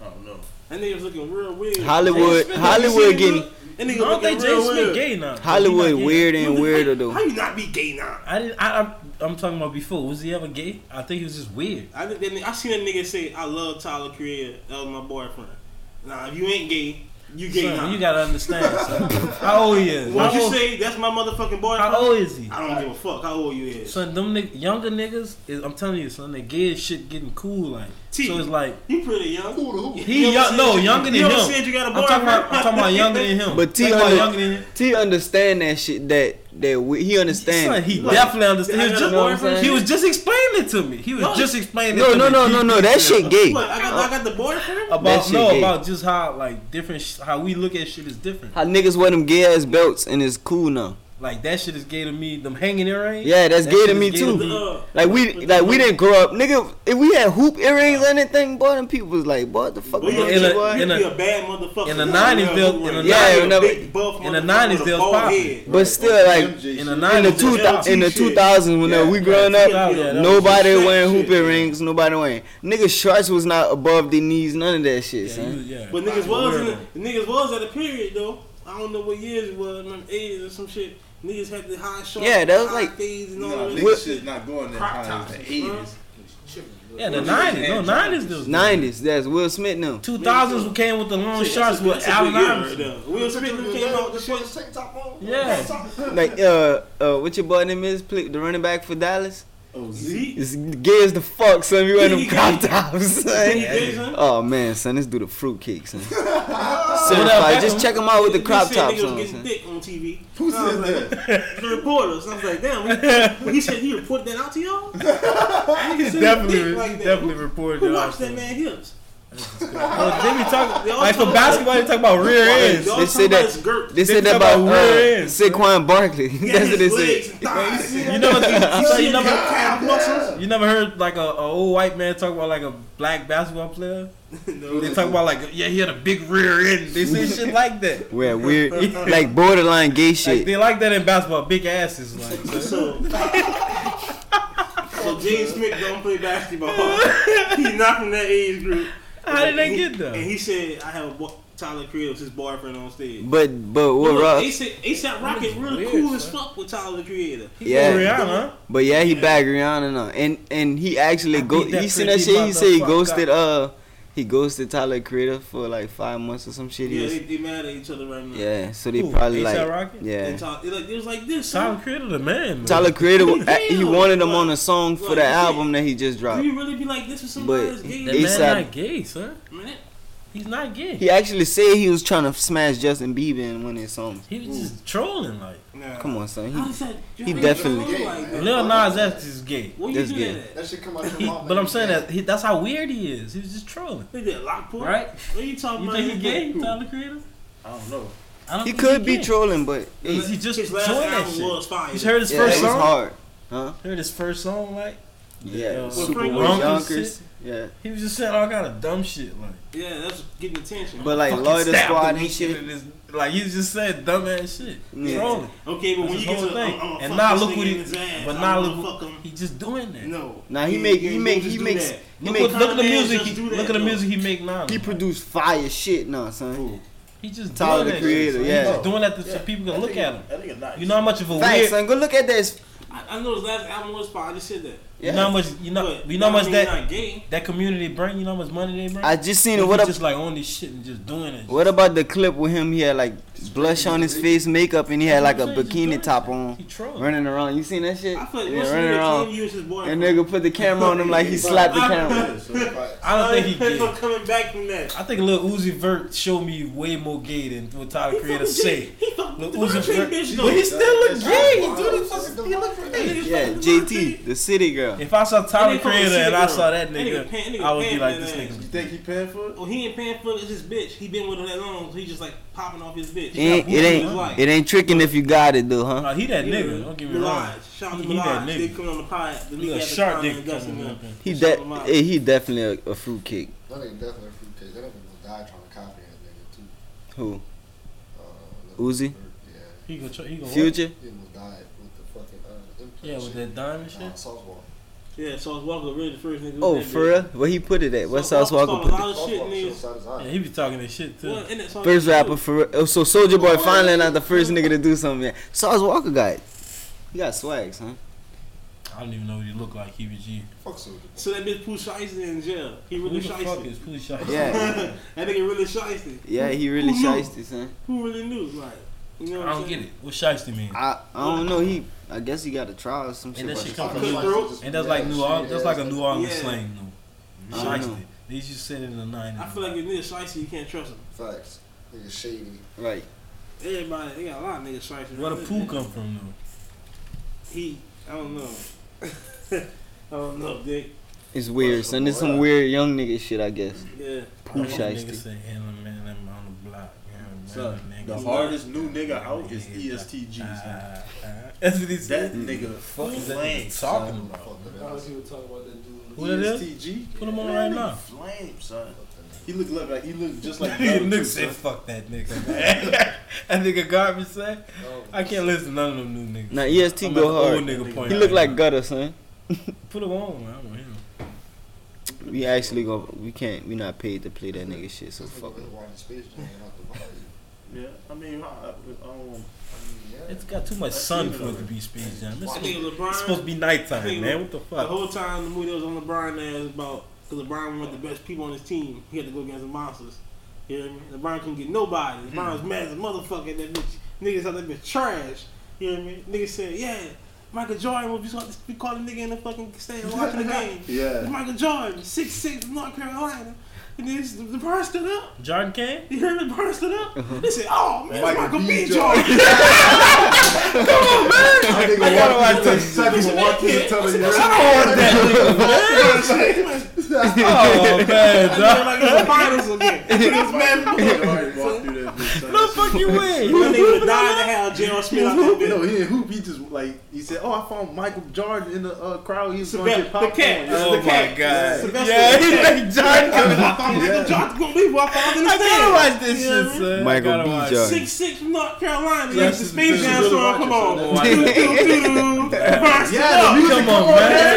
Speaker 1: I don't know.
Speaker 3: That nigga was looking real weird.
Speaker 6: Hollywood-
Speaker 3: Jaden Smith,
Speaker 6: Hollywood
Speaker 3: you see him
Speaker 6: getting-
Speaker 3: look? That
Speaker 2: I
Speaker 3: nigga
Speaker 2: don't
Speaker 3: looking
Speaker 2: think
Speaker 3: real
Speaker 2: Jaden Smith
Speaker 3: weird.
Speaker 2: gay now. He
Speaker 6: Hollywood
Speaker 2: not gay.
Speaker 6: weird and
Speaker 3: What the-
Speaker 6: weirder
Speaker 3: how-
Speaker 6: though.
Speaker 3: How you not be gay now?
Speaker 2: I didn't. I, I'm, I'm talking about before. Was he ever gay? I think he was just weird.
Speaker 3: I think that nigga, I seen that nigga say, "I love Tyler Creator. That was my boyfriend." Nah, if you ain't gay, you gay
Speaker 2: Son,
Speaker 3: now.
Speaker 2: you gotta understand. son. How old he is?
Speaker 3: Once
Speaker 2: How
Speaker 3: you
Speaker 2: old,
Speaker 3: say that's my motherfucking boyfriend,
Speaker 2: how old is he?
Speaker 3: I don't give a fuck how old you is.
Speaker 2: Son, them nigg- younger niggas. Is, I'm telling you, son, the gay as shit getting cool. Like,
Speaker 3: T.
Speaker 2: so it's like
Speaker 3: You pretty young.
Speaker 2: he
Speaker 3: ever
Speaker 2: young.
Speaker 3: said
Speaker 2: No,
Speaker 3: you-
Speaker 2: younger than
Speaker 3: you
Speaker 2: him.
Speaker 3: ever said you got a
Speaker 2: I'm talking about. I'm
Speaker 3: boyfriend?
Speaker 2: talking about younger than him.
Speaker 6: But T
Speaker 2: I'm talking about younger
Speaker 6: under-
Speaker 2: than him.
Speaker 6: T understand that shit. That that we, he
Speaker 2: Son,
Speaker 6: understand.
Speaker 2: he definitely understands. He was,
Speaker 3: You
Speaker 2: just,
Speaker 3: know what I'm saying?
Speaker 2: he was just explaining it to me. He was
Speaker 3: No.
Speaker 2: just explaining. it
Speaker 6: No,
Speaker 2: to
Speaker 6: no,
Speaker 2: me.
Speaker 6: no,
Speaker 2: He-
Speaker 6: no, no. That shit gay.
Speaker 3: What? I got, I got the boyfriend.
Speaker 2: About
Speaker 6: shit
Speaker 2: no,
Speaker 6: gay.
Speaker 2: about just how like different, sh- how we look at shit is different.
Speaker 6: How niggas wear them gay ass belts and it's cool now.
Speaker 2: Like that shit is gay to me. Them hanging earrings.
Speaker 6: Yeah, that's
Speaker 2: That
Speaker 6: gay
Speaker 2: shit
Speaker 6: to
Speaker 2: is
Speaker 6: me
Speaker 2: gay
Speaker 6: too.
Speaker 2: to me.
Speaker 3: Uh,
Speaker 6: Like we like we didn't grow up, nigga. If we had hoop earrings or anything, boy, them people was like, boy, what the fuck,
Speaker 3: Well, you
Speaker 6: wrong
Speaker 2: uh, in
Speaker 6: with
Speaker 2: a-
Speaker 6: you, boy?
Speaker 3: you
Speaker 2: in a-
Speaker 3: be a bad motherfucker.
Speaker 2: in the 90s,
Speaker 3: Yeah,
Speaker 2: they'll- in the
Speaker 3: yeah,
Speaker 6: 90s,
Speaker 3: a
Speaker 6: they'll-
Speaker 3: big buff
Speaker 2: in the
Speaker 3: motherfucker
Speaker 2: 90s,
Speaker 3: with a
Speaker 2: they'll
Speaker 3: bald
Speaker 2: pop
Speaker 3: head.
Speaker 1: Right,
Speaker 6: but still, like
Speaker 2: In the
Speaker 1: shit.
Speaker 6: in
Speaker 2: nineties,
Speaker 6: the two thou- in the two thousands when we growing up,
Speaker 2: Yeah, that was
Speaker 6: nobody
Speaker 3: some
Speaker 6: wearing hoop
Speaker 3: shit.
Speaker 6: earrings, nobody wearing niggas shorts was not above their knees, none of that shit,
Speaker 2: Yeah,
Speaker 6: son.
Speaker 2: you- yeah.
Speaker 3: But niggas
Speaker 2: Weirdo.
Speaker 3: was in the, niggas was at a period though. I don't know what years it was, maybe eighties or some shit. Niggas had the high shorts,
Speaker 6: Yeah, that was
Speaker 3: high
Speaker 6: like-
Speaker 3: fades and all
Speaker 1: No,
Speaker 3: that.
Speaker 1: nigga
Speaker 6: What-
Speaker 1: shit's not going that
Speaker 3: Crop
Speaker 1: high
Speaker 3: tops,
Speaker 1: as the
Speaker 3: bro.
Speaker 1: 80s.
Speaker 9: was tripping.
Speaker 2: Yeah, the nineties. No, nineties. There was
Speaker 6: Nineties. That's Will Smith now.
Speaker 2: Two thousands came with the long shots with Allen Iverson.
Speaker 3: Will Smith came out with the shit.
Speaker 2: Yeah,
Speaker 6: Like uh uh, what your boy name is? Play, the running back for Dallas.
Speaker 1: Oh, Z.
Speaker 3: Zeke.
Speaker 6: It's gay as the fuck, son. You in them crop tops, son.
Speaker 3: Yeah.
Speaker 6: Oh man, son, this dude a fruitcake, son.
Speaker 2: Beckham-
Speaker 6: Certified. Just check him out with the crop
Speaker 3: He said
Speaker 6: tops
Speaker 3: niggas
Speaker 6: on,
Speaker 3: getting
Speaker 6: son.
Speaker 3: dick on TV.
Speaker 1: Who said that?
Speaker 3: The reporters. I was like, damn. When, when he said he reported that out to y'all,
Speaker 2: he's
Speaker 3: definitely- he definitely
Speaker 2: reported.
Speaker 3: who watched that man hips?
Speaker 2: they be talking
Speaker 3: They all
Speaker 2: like for
Speaker 3: talking
Speaker 2: basketball. They talk about rear ends.
Speaker 3: Y'all
Speaker 6: They
Speaker 3: talking
Speaker 6: said
Speaker 3: about
Speaker 6: that-
Speaker 3: his girth.
Speaker 6: They
Speaker 2: They
Speaker 6: said that
Speaker 2: talk
Speaker 6: about
Speaker 2: about
Speaker 6: uh,
Speaker 2: rear ends,
Speaker 6: Saquon Barkley.
Speaker 3: Yeah,
Speaker 6: That's what they
Speaker 3: his
Speaker 6: said.
Speaker 3: legs and thighs.
Speaker 2: You never, you, said you never,
Speaker 3: calf muscles.
Speaker 2: you never heard like a, a old white man talk about like a black basketball player. They talk about like yeah, he had a big rear end. They say shit like that.
Speaker 6: We're weird, like borderline gay
Speaker 2: Like,
Speaker 6: shit.
Speaker 2: they like that in basketball, big asses. Like
Speaker 3: So, so Gene Smith don't play basketball. He's not from that age group.
Speaker 2: how did they
Speaker 3: And he-
Speaker 2: get there?
Speaker 3: And he said, "I have a boy, Tyler Creative, his boyfriend on stage."
Speaker 6: But but what
Speaker 3: Look,
Speaker 6: rough?
Speaker 3: ASAP, ASAP Rocket really
Speaker 2: weird,
Speaker 3: cool
Speaker 2: son.
Speaker 3: as fuck with Tyler the Creator.
Speaker 6: Yeah,
Speaker 2: Rihanna.
Speaker 6: but yeah, he bagged Rihanna now, and and he actually
Speaker 2: I
Speaker 6: go.
Speaker 2: beat that
Speaker 6: He seen that
Speaker 2: pretty
Speaker 6: shit. He said he
Speaker 2: motherfucker.
Speaker 6: ghosted. Uh, he ghosted Tyler Creator for like five months or some shit. He
Speaker 3: Yeah,
Speaker 6: was,
Speaker 3: they, they mad at each other right now.
Speaker 6: yeah. So they
Speaker 2: Who,
Speaker 6: probably
Speaker 2: A$AP
Speaker 6: like
Speaker 2: Rocky?
Speaker 6: yeah.
Speaker 3: And Tyler, it, like, it was like this.
Speaker 2: Tyler
Speaker 3: son.
Speaker 2: created a man. man.
Speaker 6: Tyler Creator,
Speaker 3: Damn,
Speaker 6: uh, he wanted him
Speaker 3: bro.
Speaker 6: on a song for
Speaker 3: Like,
Speaker 6: the
Speaker 3: shit.
Speaker 6: album that he just
Speaker 3: Do
Speaker 6: dropped.
Speaker 3: you really be like this with somebody
Speaker 6: But-
Speaker 3: that's gay?
Speaker 2: that man
Speaker 6: A$AP.
Speaker 2: not gay, sir.
Speaker 3: Man, that-
Speaker 2: He's not gay.
Speaker 6: He actually said he was trying to smash Justin Bieber in one of his songs.
Speaker 2: He was just trolling. Like
Speaker 3: nah.
Speaker 6: Come on, son.
Speaker 3: How
Speaker 6: He,
Speaker 3: does that?
Speaker 6: he
Speaker 3: how you
Speaker 6: definitely-
Speaker 3: feel Like that?
Speaker 2: Lil Nas X is gay.
Speaker 3: What you
Speaker 6: That's
Speaker 3: do
Speaker 6: gay.
Speaker 3: that?
Speaker 5: That shit come out your
Speaker 2: He-
Speaker 5: mouth.
Speaker 2: but I'm saying that he, that's how weird he is. He was just trolling,
Speaker 3: They did Lockport.
Speaker 2: right?
Speaker 3: What are you talking
Speaker 2: You
Speaker 3: about?
Speaker 2: think he gay, Tyler Creator?
Speaker 1: I don't know.
Speaker 2: I don't
Speaker 6: he
Speaker 2: think
Speaker 6: could be
Speaker 2: gay.
Speaker 6: trolling, but hey,
Speaker 2: He just
Speaker 3: His
Speaker 2: enjoying
Speaker 3: last
Speaker 2: that
Speaker 3: album
Speaker 2: shit.
Speaker 3: was fire.
Speaker 2: He's heard his
Speaker 6: yeah,
Speaker 2: first
Speaker 6: it was
Speaker 2: song.
Speaker 6: hard, huh?
Speaker 2: Heard his first song, like
Speaker 6: Yeah,
Speaker 2: uh,
Speaker 6: Super
Speaker 3: Frank
Speaker 6: Bowl
Speaker 2: Yonkers
Speaker 6: Yonkers.
Speaker 2: shit.
Speaker 6: Yeah,
Speaker 2: he was just saying all kind of dumb shit, like
Speaker 3: Yeah, that's getting attention.
Speaker 6: but like
Speaker 2: fucking
Speaker 6: Lloyd the
Speaker 2: stab
Speaker 6: Squad
Speaker 2: the
Speaker 6: and
Speaker 2: weekend
Speaker 6: shit.
Speaker 2: in his- like he just said dumb ass shit,
Speaker 6: Yeah.
Speaker 2: trolling.
Speaker 3: okay, but
Speaker 2: That's
Speaker 3: when you
Speaker 2: his
Speaker 3: get
Speaker 2: whole
Speaker 3: to
Speaker 2: thing.
Speaker 3: I'm, I'm
Speaker 2: And
Speaker 3: fuck
Speaker 2: now
Speaker 3: this
Speaker 2: look
Speaker 3: nigga
Speaker 2: what he-
Speaker 3: in his ass.
Speaker 2: but
Speaker 3: I'm
Speaker 2: now
Speaker 3: gonna
Speaker 2: look-
Speaker 3: fuck him.
Speaker 2: He just doing that.
Speaker 3: No.
Speaker 6: Nah, he
Speaker 3: Yeah,
Speaker 6: make-
Speaker 3: yeah,
Speaker 6: he
Speaker 3: you
Speaker 6: make-
Speaker 3: don't just
Speaker 6: he
Speaker 3: do
Speaker 6: makes-
Speaker 3: that.
Speaker 6: he
Speaker 3: Look
Speaker 6: make-
Speaker 2: Look,
Speaker 3: what
Speaker 2: look at
Speaker 3: kind
Speaker 2: the
Speaker 3: of man
Speaker 2: music.
Speaker 3: just
Speaker 2: He,
Speaker 3: do
Speaker 2: look
Speaker 3: that,
Speaker 2: at the
Speaker 3: though?
Speaker 2: music he make now.
Speaker 6: He produced fire shit now, son.
Speaker 2: He just
Speaker 6: Tyler,
Speaker 2: doing
Speaker 6: the
Speaker 2: that
Speaker 6: Creator,
Speaker 2: shit. so
Speaker 6: yeah.
Speaker 2: He's just doing that to, so people can
Speaker 1: That
Speaker 2: look
Speaker 1: nigga-
Speaker 2: at him.
Speaker 1: That nigga nice.
Speaker 2: You know how much of a
Speaker 6: Facts,
Speaker 2: weird.
Speaker 6: son. Go look at that.
Speaker 3: I, I know his last album was fire. I just said that.
Speaker 2: You know how much. You know. You know how much that
Speaker 3: Not gay.
Speaker 2: that community bring. You know how much money they bring.
Speaker 6: I just seen
Speaker 2: He
Speaker 6: it. What up?
Speaker 2: just like on this shit and just doing it.
Speaker 6: What about the clip with him? He had like blush on his face, makeup, and he had like a bikini top on,
Speaker 2: He trolling.
Speaker 6: running around. You seen that shit?
Speaker 3: I feel like
Speaker 6: Yeah,
Speaker 3: once
Speaker 6: running
Speaker 3: nigga came,
Speaker 6: around.
Speaker 3: you was his boyfriend.
Speaker 6: And nigga put the camera on him like he slapped the camera.
Speaker 1: Yeah, so if I-
Speaker 2: I don't think he
Speaker 3: There's no
Speaker 2: gay.
Speaker 3: coming back from that.
Speaker 2: I think Lil Uzi Vert showed me way more gay than what Tyler Creator say.
Speaker 3: He fucked
Speaker 2: Lil
Speaker 3: with the
Speaker 2: Uzi Vert,
Speaker 3: bitch
Speaker 2: but he
Speaker 3: though.
Speaker 2: still look gay.
Speaker 5: wild.
Speaker 2: Dude, he
Speaker 5: That's
Speaker 2: fucking he look gay.
Speaker 6: Yeah, JT, the city girl.
Speaker 2: If I saw Tyler
Speaker 3: And they fucking
Speaker 2: Creator
Speaker 3: see the
Speaker 2: and I
Speaker 3: girl.
Speaker 2: saw that
Speaker 3: That nigga pan-
Speaker 2: nigga,
Speaker 3: nigga
Speaker 2: I would be
Speaker 3: pan
Speaker 2: like,
Speaker 3: that
Speaker 2: this
Speaker 3: ass.
Speaker 2: nigga.
Speaker 1: You think he paying for it?
Speaker 3: Oh, he ain't paying for it. It's his bitch. He been with her that long, so he just like popping off his bitch.
Speaker 6: It ain't, it ain't, it ain't tricking if you got it though, huh?
Speaker 2: Nah, uh, he that nigga. Don't get me wrong.
Speaker 3: Mirage. Shout out to
Speaker 2: He- he that
Speaker 3: Mirage.
Speaker 2: nigga.
Speaker 3: They coming on the pod.
Speaker 2: He
Speaker 3: The nigga
Speaker 2: a
Speaker 3: at the
Speaker 2: shark
Speaker 3: con
Speaker 2: dick
Speaker 3: and Gus and
Speaker 2: coming
Speaker 3: them.
Speaker 2: up in.
Speaker 3: Shout
Speaker 6: He de-
Speaker 3: him out.
Speaker 6: eh, he definitely a, a fruitcake.
Speaker 5: That nigga definitely a fruitcake. That nigga was die trying to copy that nigga too.
Speaker 6: Who?
Speaker 5: Uh,
Speaker 6: Uzi?
Speaker 5: Yeah.
Speaker 2: He go. tr- He go. what?
Speaker 6: Future?
Speaker 5: He almost died with the fucking uh, implant
Speaker 2: Yeah, with
Speaker 5: shit.
Speaker 2: that diamond shit.
Speaker 5: Nah, South Wall.
Speaker 3: Yeah, Sauce Walker really the first nigga.
Speaker 6: Oh,
Speaker 3: with that
Speaker 6: for
Speaker 3: bitch.
Speaker 6: real? Where he put it at? Where
Speaker 3: Sauce
Speaker 6: Sauce Walker
Speaker 3: Walker, a
Speaker 6: put
Speaker 3: lot
Speaker 6: it?
Speaker 3: of shit niggas.
Speaker 5: shot his
Speaker 2: Oh, Yeah,
Speaker 5: eye.
Speaker 2: he be talking that shit too.
Speaker 3: Well, and that Sauce
Speaker 6: First
Speaker 3: Walker
Speaker 6: rapper
Speaker 3: too.
Speaker 6: for real. Oh, so Soldier Boy finally not the first nigga to do something. Yet. Sauce Walker got it. He got swag, son.
Speaker 2: I don't even know what he look like. He was G.
Speaker 5: Fuck Soldier.
Speaker 3: So that bitch Pooh Shiesty in jail. He
Speaker 2: Who
Speaker 3: really
Speaker 2: the fuck is
Speaker 3: shiesty.
Speaker 2: Pooh Shiesty?
Speaker 6: Yeah,
Speaker 3: That nigga really shiesty.
Speaker 6: yeah, he really
Speaker 3: Who knew?
Speaker 6: shiesty, son.
Speaker 3: Who really knew? Like, you know
Speaker 2: I
Speaker 3: what
Speaker 2: don't
Speaker 3: am
Speaker 2: get it. What shiesty mean?
Speaker 6: I I don't know. He I guess he got a trial or some shit.
Speaker 2: And that
Speaker 6: like
Speaker 2: shit
Speaker 6: that.
Speaker 2: come
Speaker 5: Fuck
Speaker 2: from
Speaker 5: Soldier
Speaker 2: New
Speaker 5: Boy.
Speaker 3: throat.
Speaker 5: Just
Speaker 2: And that's like New
Speaker 5: shit
Speaker 2: Orleans. That's
Speaker 5: ass
Speaker 2: like a New Orleans
Speaker 3: Yeah.
Speaker 2: slang. No,
Speaker 6: I don't
Speaker 2: shiesty.
Speaker 6: know.
Speaker 2: They used to say it in the nineties.
Speaker 3: I feel like if niggas shiesty, you can't trust them.
Speaker 5: Facts. Nigga shady.
Speaker 6: Right.
Speaker 3: Everybody, they got a lot of niggas shiesty.
Speaker 2: Where the
Speaker 3: Right?
Speaker 2: Pooh come from though?
Speaker 3: He, I don't know. I don't know, dick.
Speaker 6: It's weird, son. It's some weird young nigga shit, I guess.
Speaker 3: Yeah.
Speaker 6: Pooh
Speaker 2: That's what niggas
Speaker 6: shiesty.
Speaker 2: say, "Hey, look, man, I'm on the block.
Speaker 1: Son, the
Speaker 2: niggas.
Speaker 1: hardest new nigga out is E ESTG.
Speaker 2: Uh,
Speaker 1: son.
Speaker 2: uh, that's what he
Speaker 1: That
Speaker 2: said.
Speaker 1: nigga
Speaker 2: Fuck is that
Speaker 1: lame,
Speaker 2: nigga talking about?
Speaker 5: Fuck that.
Speaker 2: Who
Speaker 1: E
Speaker 2: that is?
Speaker 1: ESTG?
Speaker 2: Put him on
Speaker 1: Man,
Speaker 2: right
Speaker 1: nigga
Speaker 2: now.
Speaker 1: Flame, son. He look like- like he look just like
Speaker 2: Nigga
Speaker 1: Belichick,
Speaker 2: said,
Speaker 1: son.
Speaker 2: "Fuck that nigga." man." That nigga garbage say, "I can't listen to none of them new niggas."
Speaker 6: Nah, EST
Speaker 2: I'm at
Speaker 6: go
Speaker 2: the old
Speaker 6: hard.
Speaker 2: nigga point
Speaker 6: He
Speaker 2: right
Speaker 6: look like
Speaker 2: now.
Speaker 6: gutter, son.
Speaker 2: Put him on, man. I want him.
Speaker 6: We actually go. We can't. We not paid to play that nigga shit. So
Speaker 5: This nigga
Speaker 6: fuck it.
Speaker 5: was watching Space Jam out the body.
Speaker 1: Yeah, I mean, I, I, I don't.
Speaker 5: Yeah.
Speaker 2: It's got too much
Speaker 1: That's
Speaker 2: sun
Speaker 1: even
Speaker 2: for it
Speaker 1: over.
Speaker 2: to be Space Jam. It's
Speaker 3: I
Speaker 2: supposed,
Speaker 3: think LeBron.
Speaker 2: it's supposed to be
Speaker 3: I think
Speaker 2: nighttime, man. What the
Speaker 3: The
Speaker 2: fuck?
Speaker 3: whole time the movie that was on LeBron there is about because LeBron was the best people on his team. He had to go against the monsters. You know what I mean? LeBron couldn't get nobody. LeBron was mad as a motherfucker. at That bitch niggas thought that bitch trash. You know what I mean? Niggas said, yeah, Michael Jordan will be we call a nigga in the fucking stand watching the game. It's
Speaker 1: Yeah.
Speaker 3: Michael Jordan, six six North Carolina. And then it's- LeBron stood up.
Speaker 2: Jordan Kane?
Speaker 3: You heard LeBron stood up. They said, oh man, it's
Speaker 1: Michael
Speaker 3: Michael
Speaker 1: B.
Speaker 3: B. Jordan.
Speaker 1: I think I gotta watch this. I think walk to the tub of your
Speaker 2: Oh, man, dog.
Speaker 3: like it's the finals again. It was mad.
Speaker 1: already walked through that bitch.
Speaker 2: No fuck you way.
Speaker 3: That nigga would've died to have J.R. Smith out there.
Speaker 1: No, he didn't hoop. He just like he said, "Oh, I found Michael Jordan in the uh, crowd. He was
Speaker 3: The
Speaker 1: going to get
Speaker 3: cat.
Speaker 1: popcorn."
Speaker 3: This is the cat.
Speaker 1: God.
Speaker 3: Sylvester
Speaker 2: Oh, Yeah,
Speaker 3: the
Speaker 2: he's
Speaker 3: cat.
Speaker 2: like John coming
Speaker 3: I
Speaker 2: out.
Speaker 3: found Michael
Speaker 1: Yeah.
Speaker 3: Jordan gonna leave while I found him in the
Speaker 2: I
Speaker 3: stand.
Speaker 2: gotta watch this
Speaker 3: You know
Speaker 2: shit,
Speaker 3: what I mean?
Speaker 2: son. I
Speaker 6: Michael
Speaker 2: gotta
Speaker 6: B.
Speaker 2: watch
Speaker 6: Jordan.
Speaker 3: Six six from North Carolina.
Speaker 2: Yes,
Speaker 3: Yes, the Space
Speaker 2: this
Speaker 3: Jam
Speaker 2: is
Speaker 3: song.
Speaker 1: really
Speaker 3: Come
Speaker 1: watching,
Speaker 3: on.
Speaker 1: so
Speaker 2: that's
Speaker 3: Do, do, do, do. Burst it
Speaker 1: Yeah, the
Speaker 3: up.
Speaker 1: music
Speaker 2: Come on, man.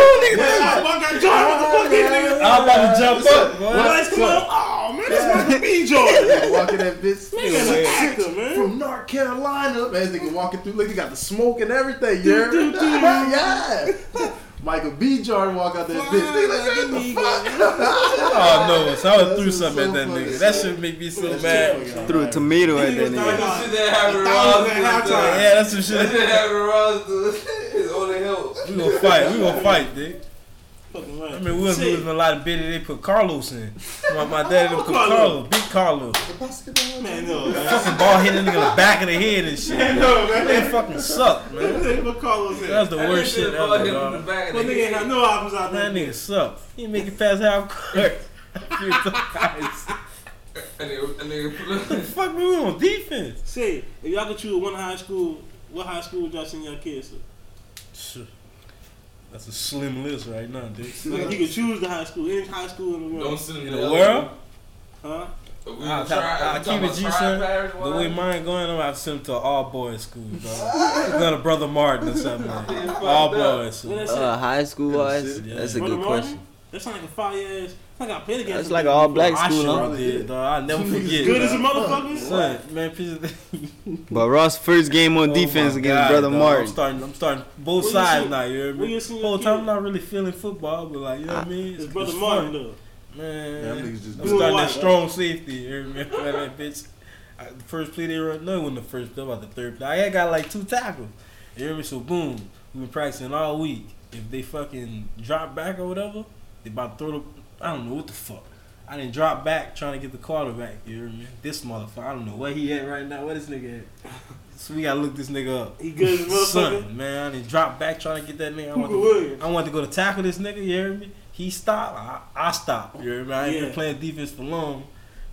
Speaker 3: Yeah, Michael Jordan, what the fuck these niggas-
Speaker 2: I'm about to jump up.
Speaker 3: Well,
Speaker 2: boy.
Speaker 3: let's come on. Oh man, that's Michael B. Jordan.
Speaker 1: walking that bitch
Speaker 3: Nigga's an actor, man.
Speaker 1: from North Carolina. Man, this nigga walking through. Look, he got the smoke and everything.
Speaker 3: Do, do,
Speaker 1: Yeah,
Speaker 3: do.
Speaker 1: yeah. Michael B. Jordan walk out that bitch. Nigga, like, what the fuck?
Speaker 2: Oh no, so I threw
Speaker 1: This is
Speaker 2: something
Speaker 1: so
Speaker 2: at that
Speaker 1: funny,
Speaker 2: nigga.
Speaker 1: son.
Speaker 2: That should make me so
Speaker 1: That
Speaker 2: mad.
Speaker 1: shit fucking
Speaker 6: Threw a
Speaker 1: hard.
Speaker 6: tomato at that
Speaker 3: Niggas
Speaker 6: nigga.
Speaker 3: thought-
Speaker 9: Shit that happened
Speaker 3: Thousands
Speaker 9: Ross
Speaker 3: at halftime.
Speaker 9: did.
Speaker 2: Yeah, that's some
Speaker 9: That shit
Speaker 2: shit.
Speaker 9: happened Ross did. It's on the hill.
Speaker 2: We gonna fight. We gonna fight, dude.
Speaker 3: Fucking
Speaker 2: I
Speaker 3: right.
Speaker 2: mean, we was
Speaker 3: Shit.
Speaker 2: losing a lot of bidding. They put Carlos in. My, my daddy put
Speaker 3: Carlos.
Speaker 2: Carlos, big Carlos.
Speaker 3: Man, no, man.
Speaker 2: Fucking ball hit that nigga in the back of the head and shit.
Speaker 3: Man, no, man.
Speaker 2: They fucking suck, man.
Speaker 3: What Carlos
Speaker 2: That's
Speaker 3: in?
Speaker 2: the
Speaker 9: That
Speaker 2: worst shit
Speaker 9: ball
Speaker 2: ever,
Speaker 9: hit him in
Speaker 2: dog.
Speaker 9: the back of
Speaker 3: Well,
Speaker 9: the
Speaker 3: nigga ain't
Speaker 9: head.
Speaker 3: got no options out there.
Speaker 2: That nigga suck. He make it past half court. A few times.
Speaker 9: And they- and they-
Speaker 2: Fuck me, we on defense.
Speaker 3: Say, if y'all could choose one high school, what high school would y'all send your kids to?
Speaker 2: Shit. That's a slim list right now, dude.
Speaker 3: Like, if you could choose the high school, any high school in the
Speaker 9: Don't
Speaker 3: world.
Speaker 9: send him
Speaker 2: In
Speaker 9: to
Speaker 2: the
Speaker 9: LA.
Speaker 2: world,
Speaker 3: Huh?
Speaker 9: If we
Speaker 2: I'll
Speaker 9: try- if
Speaker 2: tell- I'll
Speaker 9: we
Speaker 2: keep
Speaker 9: talking
Speaker 2: it G,
Speaker 9: about
Speaker 2: sir.
Speaker 9: tri-parish
Speaker 2: The way
Speaker 9: wise,
Speaker 2: mine going, I'm about to send him to all boys school, bro. Going to Brother Martin or something. Like that. all boys
Speaker 3: What
Speaker 2: school.
Speaker 3: that
Speaker 6: Uh,
Speaker 3: shit?
Speaker 6: high school wise,
Speaker 2: Yeah.
Speaker 6: that's a
Speaker 3: Brother
Speaker 6: good question.
Speaker 3: Martin? That sound like a fire ass. It's like I played against.
Speaker 6: That's
Speaker 3: him.
Speaker 6: like an all black
Speaker 2: I
Speaker 6: school, huh?
Speaker 2: sure did, dog. I never
Speaker 1: Niggas
Speaker 2: forget.
Speaker 3: Good as a
Speaker 2: dog.
Speaker 3: motherfucker.
Speaker 2: son, man. Piece of
Speaker 6: But Ross' first game on
Speaker 2: Oh
Speaker 6: defense
Speaker 2: my
Speaker 6: against
Speaker 2: God,
Speaker 6: brother
Speaker 2: dog. I'm
Speaker 6: Martin.
Speaker 2: starting. I'm starting both
Speaker 3: Where you
Speaker 2: sides
Speaker 3: see-
Speaker 2: now. You hear
Speaker 3: Where
Speaker 2: me?
Speaker 3: you seen your
Speaker 2: Whole time I'm
Speaker 3: kid?
Speaker 2: not really feeling football, but like you know what I mean.
Speaker 3: It's brother
Speaker 2: fun.
Speaker 3: Martin though.
Speaker 1: Them
Speaker 2: man.
Speaker 1: niggas just
Speaker 2: I'm
Speaker 3: Blue and
Speaker 2: starting
Speaker 3: white,
Speaker 2: at strong safety. You hear me? After that bitch, I, the first play they run, no, it wasn't the first play, about the third play. I had got like two tackles. You hear me? So boom, we been practicing all week. If they fucking drop back or whatever, they about to throw the. I don't know what the fuck. I didn't drop back trying to get the quarterback. You hear me? This motherfucker. I don't know where he at right now. Where this nigga at? So we gotta look this nigga up.
Speaker 3: He good as a motherfucker.
Speaker 2: Son, man, I didn't drop back trying to get that nigga. I
Speaker 3: Hooper
Speaker 2: wanted,
Speaker 3: Williams.
Speaker 2: to, I wanted to go to tackle this nigga, you hear me? He stopped, I, I stopped, you hear me? I ain't
Speaker 3: Yeah.
Speaker 2: been playing defense for long.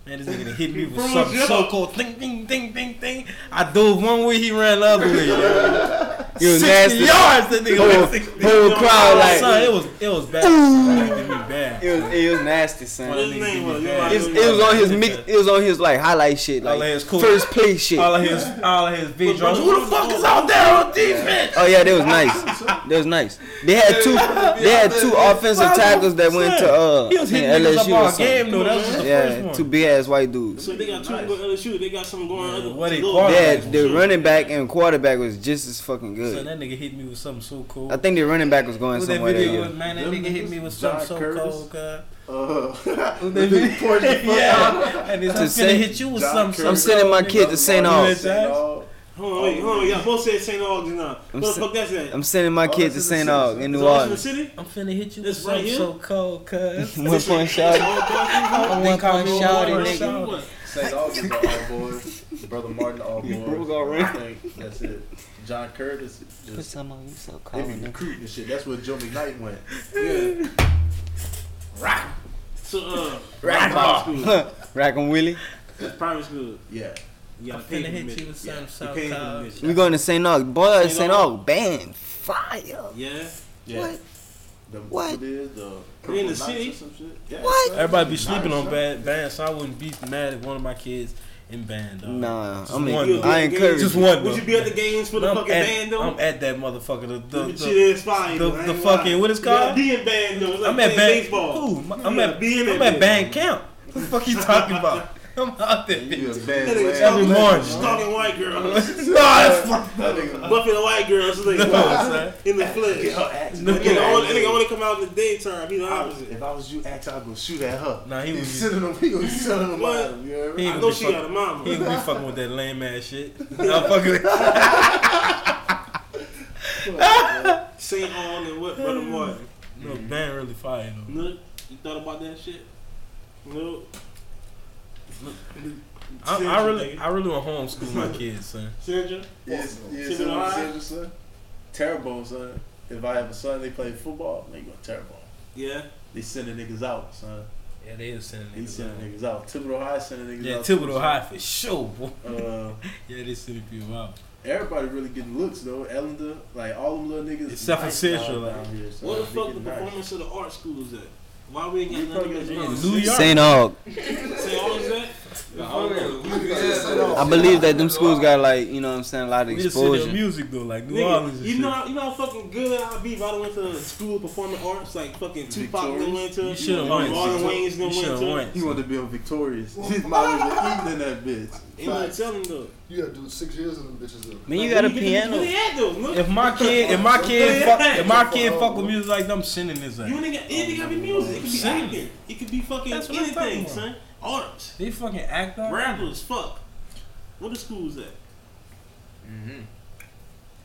Speaker 2: Man, this nigga done hit me with
Speaker 3: Bro,
Speaker 2: something
Speaker 3: yeah.
Speaker 2: so cold. Ding, ding, ding, ding, ding. I dove one way, he ran the other way. You hear me?
Speaker 6: You a
Speaker 2: 60
Speaker 6: nasty.
Speaker 2: yards, that nigga
Speaker 6: Whole,
Speaker 2: went 60.
Speaker 6: whole crowd
Speaker 2: Son,
Speaker 6: like.
Speaker 2: it was, it was bad. That nigga did me bad.
Speaker 6: It was, it was nasty,
Speaker 2: Son,
Speaker 6: son.
Speaker 2: that
Speaker 3: his
Speaker 2: nigga
Speaker 3: name
Speaker 2: did me
Speaker 3: was? You
Speaker 2: bad.
Speaker 3: like-
Speaker 6: It was, it was on his mix. It was on his like highlight shit,
Speaker 2: All
Speaker 6: like
Speaker 2: of his cool.
Speaker 6: first play shit.
Speaker 2: all
Speaker 6: Oh
Speaker 2: of his, all of his
Speaker 3: But
Speaker 2: videos.
Speaker 3: brother-
Speaker 2: Who the fuck is out there on defense?
Speaker 6: Oh, yeah, that was nice. That was nice. They had two. They had two offensive tackles that went to uh
Speaker 2: he was hitting
Speaker 6: I
Speaker 2: niggas
Speaker 6: think
Speaker 2: up
Speaker 6: LSU or
Speaker 2: all
Speaker 6: something.
Speaker 2: game though. That was just the first
Speaker 6: Yeah,
Speaker 2: one.
Speaker 6: two big ass white dudes.
Speaker 3: So they got two good LSU. They got some going.
Speaker 2: Yeah,
Speaker 3: other-
Speaker 2: what he
Speaker 3: little-
Speaker 2: bought.
Speaker 6: Yeah,
Speaker 2: Bad.
Speaker 6: the running back and quarterback was just as
Speaker 2: Son,
Speaker 6: fucking good.
Speaker 2: that nigga hit me with something so cool.
Speaker 6: I think the running back was going
Speaker 2: Who that
Speaker 6: somewhere.
Speaker 2: video
Speaker 6: that
Speaker 2: was, man? That
Speaker 1: Them
Speaker 2: nigga hit me
Speaker 1: niggas,
Speaker 2: with
Speaker 1: John
Speaker 2: something so
Speaker 1: Curtis.
Speaker 2: cold, cuz.
Speaker 5: Uh-huh.
Speaker 1: Uh,
Speaker 2: they
Speaker 1: the dude
Speaker 2: be-
Speaker 1: poured the fuck out.
Speaker 2: Yeah, and it's
Speaker 6: To
Speaker 2: I'm
Speaker 6: say-
Speaker 2: finna hit you with
Speaker 1: John
Speaker 2: something.
Speaker 6: year. I'm
Speaker 1: Curtis.
Speaker 2: so
Speaker 6: sending my
Speaker 2: cold,
Speaker 6: kid
Speaker 2: nigga.
Speaker 6: to St.
Speaker 2: You
Speaker 6: Al's.
Speaker 2: know what
Speaker 1: Oh,
Speaker 3: Hold on, wait, hold on. Y'all both said St. Augustine. Now, what the
Speaker 6: si-
Speaker 3: fuck that's at?
Speaker 6: I'm sending my
Speaker 1: Oh,
Speaker 6: kid
Speaker 1: that's
Speaker 6: to
Speaker 1: in the
Speaker 6: St.
Speaker 1: city.
Speaker 6: Aug
Speaker 3: Is
Speaker 6: in New
Speaker 3: that in the
Speaker 6: Orleans.
Speaker 3: city?
Speaker 2: I'm finna hit you with
Speaker 3: This right
Speaker 2: something
Speaker 3: here?
Speaker 2: so cold, cuz.
Speaker 6: One point shot.
Speaker 3: Oh,
Speaker 2: They
Speaker 6: One
Speaker 2: call
Speaker 6: punch
Speaker 2: me
Speaker 6: shouty,
Speaker 2: Warren
Speaker 6: nigga.
Speaker 2: Shouty.
Speaker 1: St. Augustine all boys. Brother Martin all boys.
Speaker 6: broke already.
Speaker 1: I think that's it. John Curtis.
Speaker 6: Put
Speaker 1: Just,
Speaker 6: some on you so
Speaker 1: they
Speaker 6: cold.
Speaker 1: be
Speaker 6: nigga.
Speaker 1: recruiting and shit. That's where Joe McKnight went.
Speaker 3: So, uh,
Speaker 1: Right.
Speaker 3: private school.
Speaker 6: Rack and Willie.
Speaker 3: Private school.
Speaker 1: Yeah.
Speaker 3: You
Speaker 2: I'm
Speaker 3: gotta
Speaker 2: finna
Speaker 3: pay for the
Speaker 2: hit you
Speaker 3: bitch.
Speaker 2: with something
Speaker 3: You
Speaker 2: so
Speaker 3: pay
Speaker 2: cold.
Speaker 3: for the
Speaker 6: We
Speaker 3: bitch.
Speaker 6: going to St. Aug. Boy,
Speaker 3: St.
Speaker 6: St. Aug, band, fire.
Speaker 3: Yeah.
Speaker 1: Yeah.
Speaker 6: What?
Speaker 1: The,
Speaker 6: What?
Speaker 1: It is the
Speaker 3: They in the
Speaker 1: Purple Knights
Speaker 3: city?
Speaker 1: or some shit. Yeah,
Speaker 6: What?
Speaker 1: son.
Speaker 2: Everybody be sleeping
Speaker 1: Nice,
Speaker 2: on
Speaker 1: son.
Speaker 2: band, band, so I wouldn't be mad if one of my kids in band, dog.
Speaker 6: Nah,
Speaker 2: Just
Speaker 6: I mean,
Speaker 2: one,
Speaker 6: I
Speaker 3: though.
Speaker 6: encourage.
Speaker 2: Just
Speaker 6: you.
Speaker 2: one,
Speaker 3: Would
Speaker 2: though.
Speaker 3: you be at the games for the
Speaker 2: I'm
Speaker 3: fucking
Speaker 2: at,
Speaker 3: band though?
Speaker 2: I'm at that motherfucker. The, the,
Speaker 3: the, shit
Speaker 2: the,
Speaker 3: is fine.
Speaker 2: the-
Speaker 3: though. I
Speaker 2: the
Speaker 3: ain't
Speaker 2: fucking-
Speaker 3: lying.
Speaker 2: what it's
Speaker 3: You gotta
Speaker 2: called?
Speaker 3: Be in band though. It's like
Speaker 2: I'm at
Speaker 3: playing
Speaker 2: band.
Speaker 3: baseball.
Speaker 2: Ooh, I'm
Speaker 3: Yeah,
Speaker 2: at
Speaker 3: be in
Speaker 2: I'm
Speaker 3: that
Speaker 2: at
Speaker 3: band.
Speaker 2: band camp. What the fuck you talking about? I'm out there.
Speaker 1: You a
Speaker 2: bitch.
Speaker 1: bad
Speaker 2: Every
Speaker 1: man.
Speaker 2: morning.
Speaker 3: Stalking white girls.
Speaker 2: No, that's fucked
Speaker 1: That nigga-
Speaker 3: Buffing the white girls. Like,
Speaker 2: up,
Speaker 3: in the flesh.
Speaker 2: No,
Speaker 3: That nigga only, that nigga only come out in the daytime. He the opposite.
Speaker 1: If I was you, ask, I'd go shoot at her.
Speaker 2: Nah, he
Speaker 1: He
Speaker 2: was-
Speaker 1: sending them. He was sending them.
Speaker 3: What?
Speaker 1: out, You hear me?
Speaker 2: He
Speaker 3: I know she got a mama.
Speaker 2: He ain't gonna be fucking with that lame ass shit. I'm fucking with that.
Speaker 3: Saint On and what, Brother Martin?
Speaker 2: No, man really fire though.
Speaker 3: Look, you thought about that shit? No.
Speaker 2: I, I really, I really want to homeschool my kids, son.
Speaker 3: Sandra?
Speaker 1: Yes, yes,
Speaker 3: Send it on high?
Speaker 1: yes, son. Terrible, son. If I have a son, they play football. They go terrible.
Speaker 3: Yeah.
Speaker 1: They sending niggas out, son.
Speaker 2: Yeah, they is sending
Speaker 1: He
Speaker 2: niggas.
Speaker 1: sending
Speaker 2: out.
Speaker 1: niggas out. Thibodeau High sending niggas
Speaker 2: Yeah,
Speaker 1: out.
Speaker 2: Thibodeau High for sure. Boy.
Speaker 1: Uh,
Speaker 2: Yeah, they sending people out.
Speaker 1: everybody really getting looks though. Ellender, like all them little niggas.
Speaker 2: Except for
Speaker 1: nice
Speaker 2: Central,
Speaker 1: down
Speaker 2: like-
Speaker 1: here, son.
Speaker 3: What the
Speaker 1: They
Speaker 3: fuck the
Speaker 1: getting nice.
Speaker 3: performance of the art schools at? Why we ain't
Speaker 1: You
Speaker 3: got nothing
Speaker 1: probably
Speaker 3: to
Speaker 1: got-
Speaker 3: do?
Speaker 2: New York.
Speaker 6: St. Aug.
Speaker 3: Saint On is that?
Speaker 6: I believe that them schools got like, you know what I'm saying, a lot of
Speaker 2: We just send their
Speaker 6: exposure.
Speaker 2: music though, like New Orleans.
Speaker 3: Nigga,
Speaker 2: And
Speaker 3: you
Speaker 2: shit.
Speaker 3: know, how, you know how fucking good I'd be if I done went to school performing arts, like fucking Tupac done went to,
Speaker 2: You should've went.
Speaker 3: Marlon Wayne's
Speaker 2: you
Speaker 3: done
Speaker 2: should have
Speaker 3: went
Speaker 2: went.
Speaker 1: He wanted to be on Victorious. His mom was eating in that bitch.
Speaker 3: to. Ain't no telling though.
Speaker 5: You gotta do six years and them bitches up.
Speaker 6: Man, you
Speaker 3: Like,
Speaker 6: got a
Speaker 3: where get this- Where
Speaker 6: piano.
Speaker 3: they at though? Look,
Speaker 2: If my kid, if my kid, fuck, if my kid fuck with music like that, I'm sending this
Speaker 3: You
Speaker 2: out.
Speaker 3: ain't got anything got be music. It could be
Speaker 2: Singing.
Speaker 3: acting. It could be fucking
Speaker 2: That's what I'm talking
Speaker 3: anything,
Speaker 2: about.
Speaker 3: son. Arts,
Speaker 2: They fucking act up.
Speaker 3: rappers, fuck. What the schools at?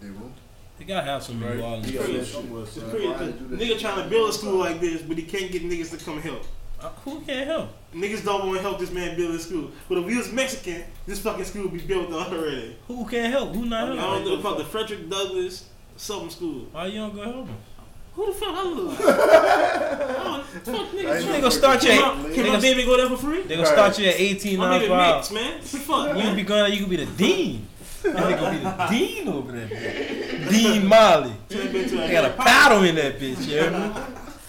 Speaker 5: They won't.
Speaker 2: They gotta have some New Orleans.
Speaker 1: He up
Speaker 3: Crazy.
Speaker 1: there somewhere,
Speaker 3: It's
Speaker 1: son.
Speaker 3: crazy.
Speaker 5: why they do that
Speaker 3: Nigga
Speaker 5: shit?
Speaker 3: trying to build a school like this, but he can't get niggas to come help.
Speaker 2: Uh, who can't help?
Speaker 3: Niggas don't want to help this man build his school. But if we was Mexican, this fucking school would be built already.
Speaker 2: Who can't help? Who
Speaker 3: I
Speaker 2: not
Speaker 3: don't
Speaker 2: help?
Speaker 3: know about the Frederick Douglass Southern School.
Speaker 2: Why you don't go help him?
Speaker 3: Who the fuck I look like? I don't- Fuck
Speaker 2: They
Speaker 3: niggas.
Speaker 2: gonna start you.
Speaker 3: Can
Speaker 2: At,
Speaker 3: my,
Speaker 2: they
Speaker 3: can my
Speaker 2: gonna,
Speaker 3: baby go there for free?
Speaker 2: they gonna start you at eighteen
Speaker 3: My
Speaker 2: nine
Speaker 3: baby
Speaker 2: five.
Speaker 3: mixed, man. What the fuck,
Speaker 2: You could
Speaker 3: man?
Speaker 2: be going. You could be the dean. And they gonna be the dean over there. bitch. Dean Molly. They got a paddle in that bitch. You hear me?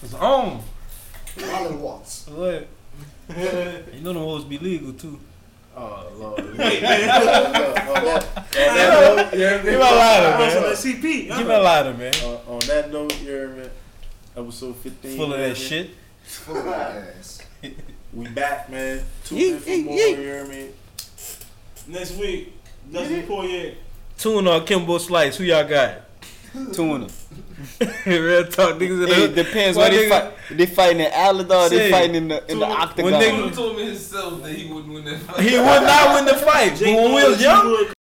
Speaker 2: It's on.
Speaker 5: Holland Watts.
Speaker 2: What? You know them hoes be legal too.
Speaker 1: Oh lord.
Speaker 3: Wait, man. É,
Speaker 2: Give a louder,
Speaker 3: I'm
Speaker 2: man.
Speaker 3: on CP.
Speaker 2: Give a louder, man.
Speaker 1: Uh, on that note, you hear me? Episode 15.
Speaker 2: Full of
Speaker 1: you hear
Speaker 2: that
Speaker 1: me?
Speaker 2: shit.
Speaker 5: Full of ass.
Speaker 1: We back, man. Two
Speaker 6: Yeet,
Speaker 1: in for
Speaker 6: yeet,
Speaker 1: more,
Speaker 6: yeet.
Speaker 1: you hear me?
Speaker 3: Next week, Dustin Poirier.
Speaker 2: Tuna or Kimbo Slice. um Who y'all got?
Speaker 6: Tuna.
Speaker 2: Real talk, niggas in the
Speaker 6: It
Speaker 2: hood.
Speaker 6: depends.
Speaker 2: Why
Speaker 6: Why they
Speaker 2: nigga-
Speaker 6: fight? They fighting in Aladar. They
Speaker 2: Shit.
Speaker 6: fighting in the in the
Speaker 3: When
Speaker 6: octagon.
Speaker 2: nigga-
Speaker 9: told me himself that he wouldn't win that fight.
Speaker 2: He would not win the fight. But
Speaker 3: Jake
Speaker 2: when we
Speaker 3: Paul,
Speaker 2: was young,
Speaker 3: T-Wood,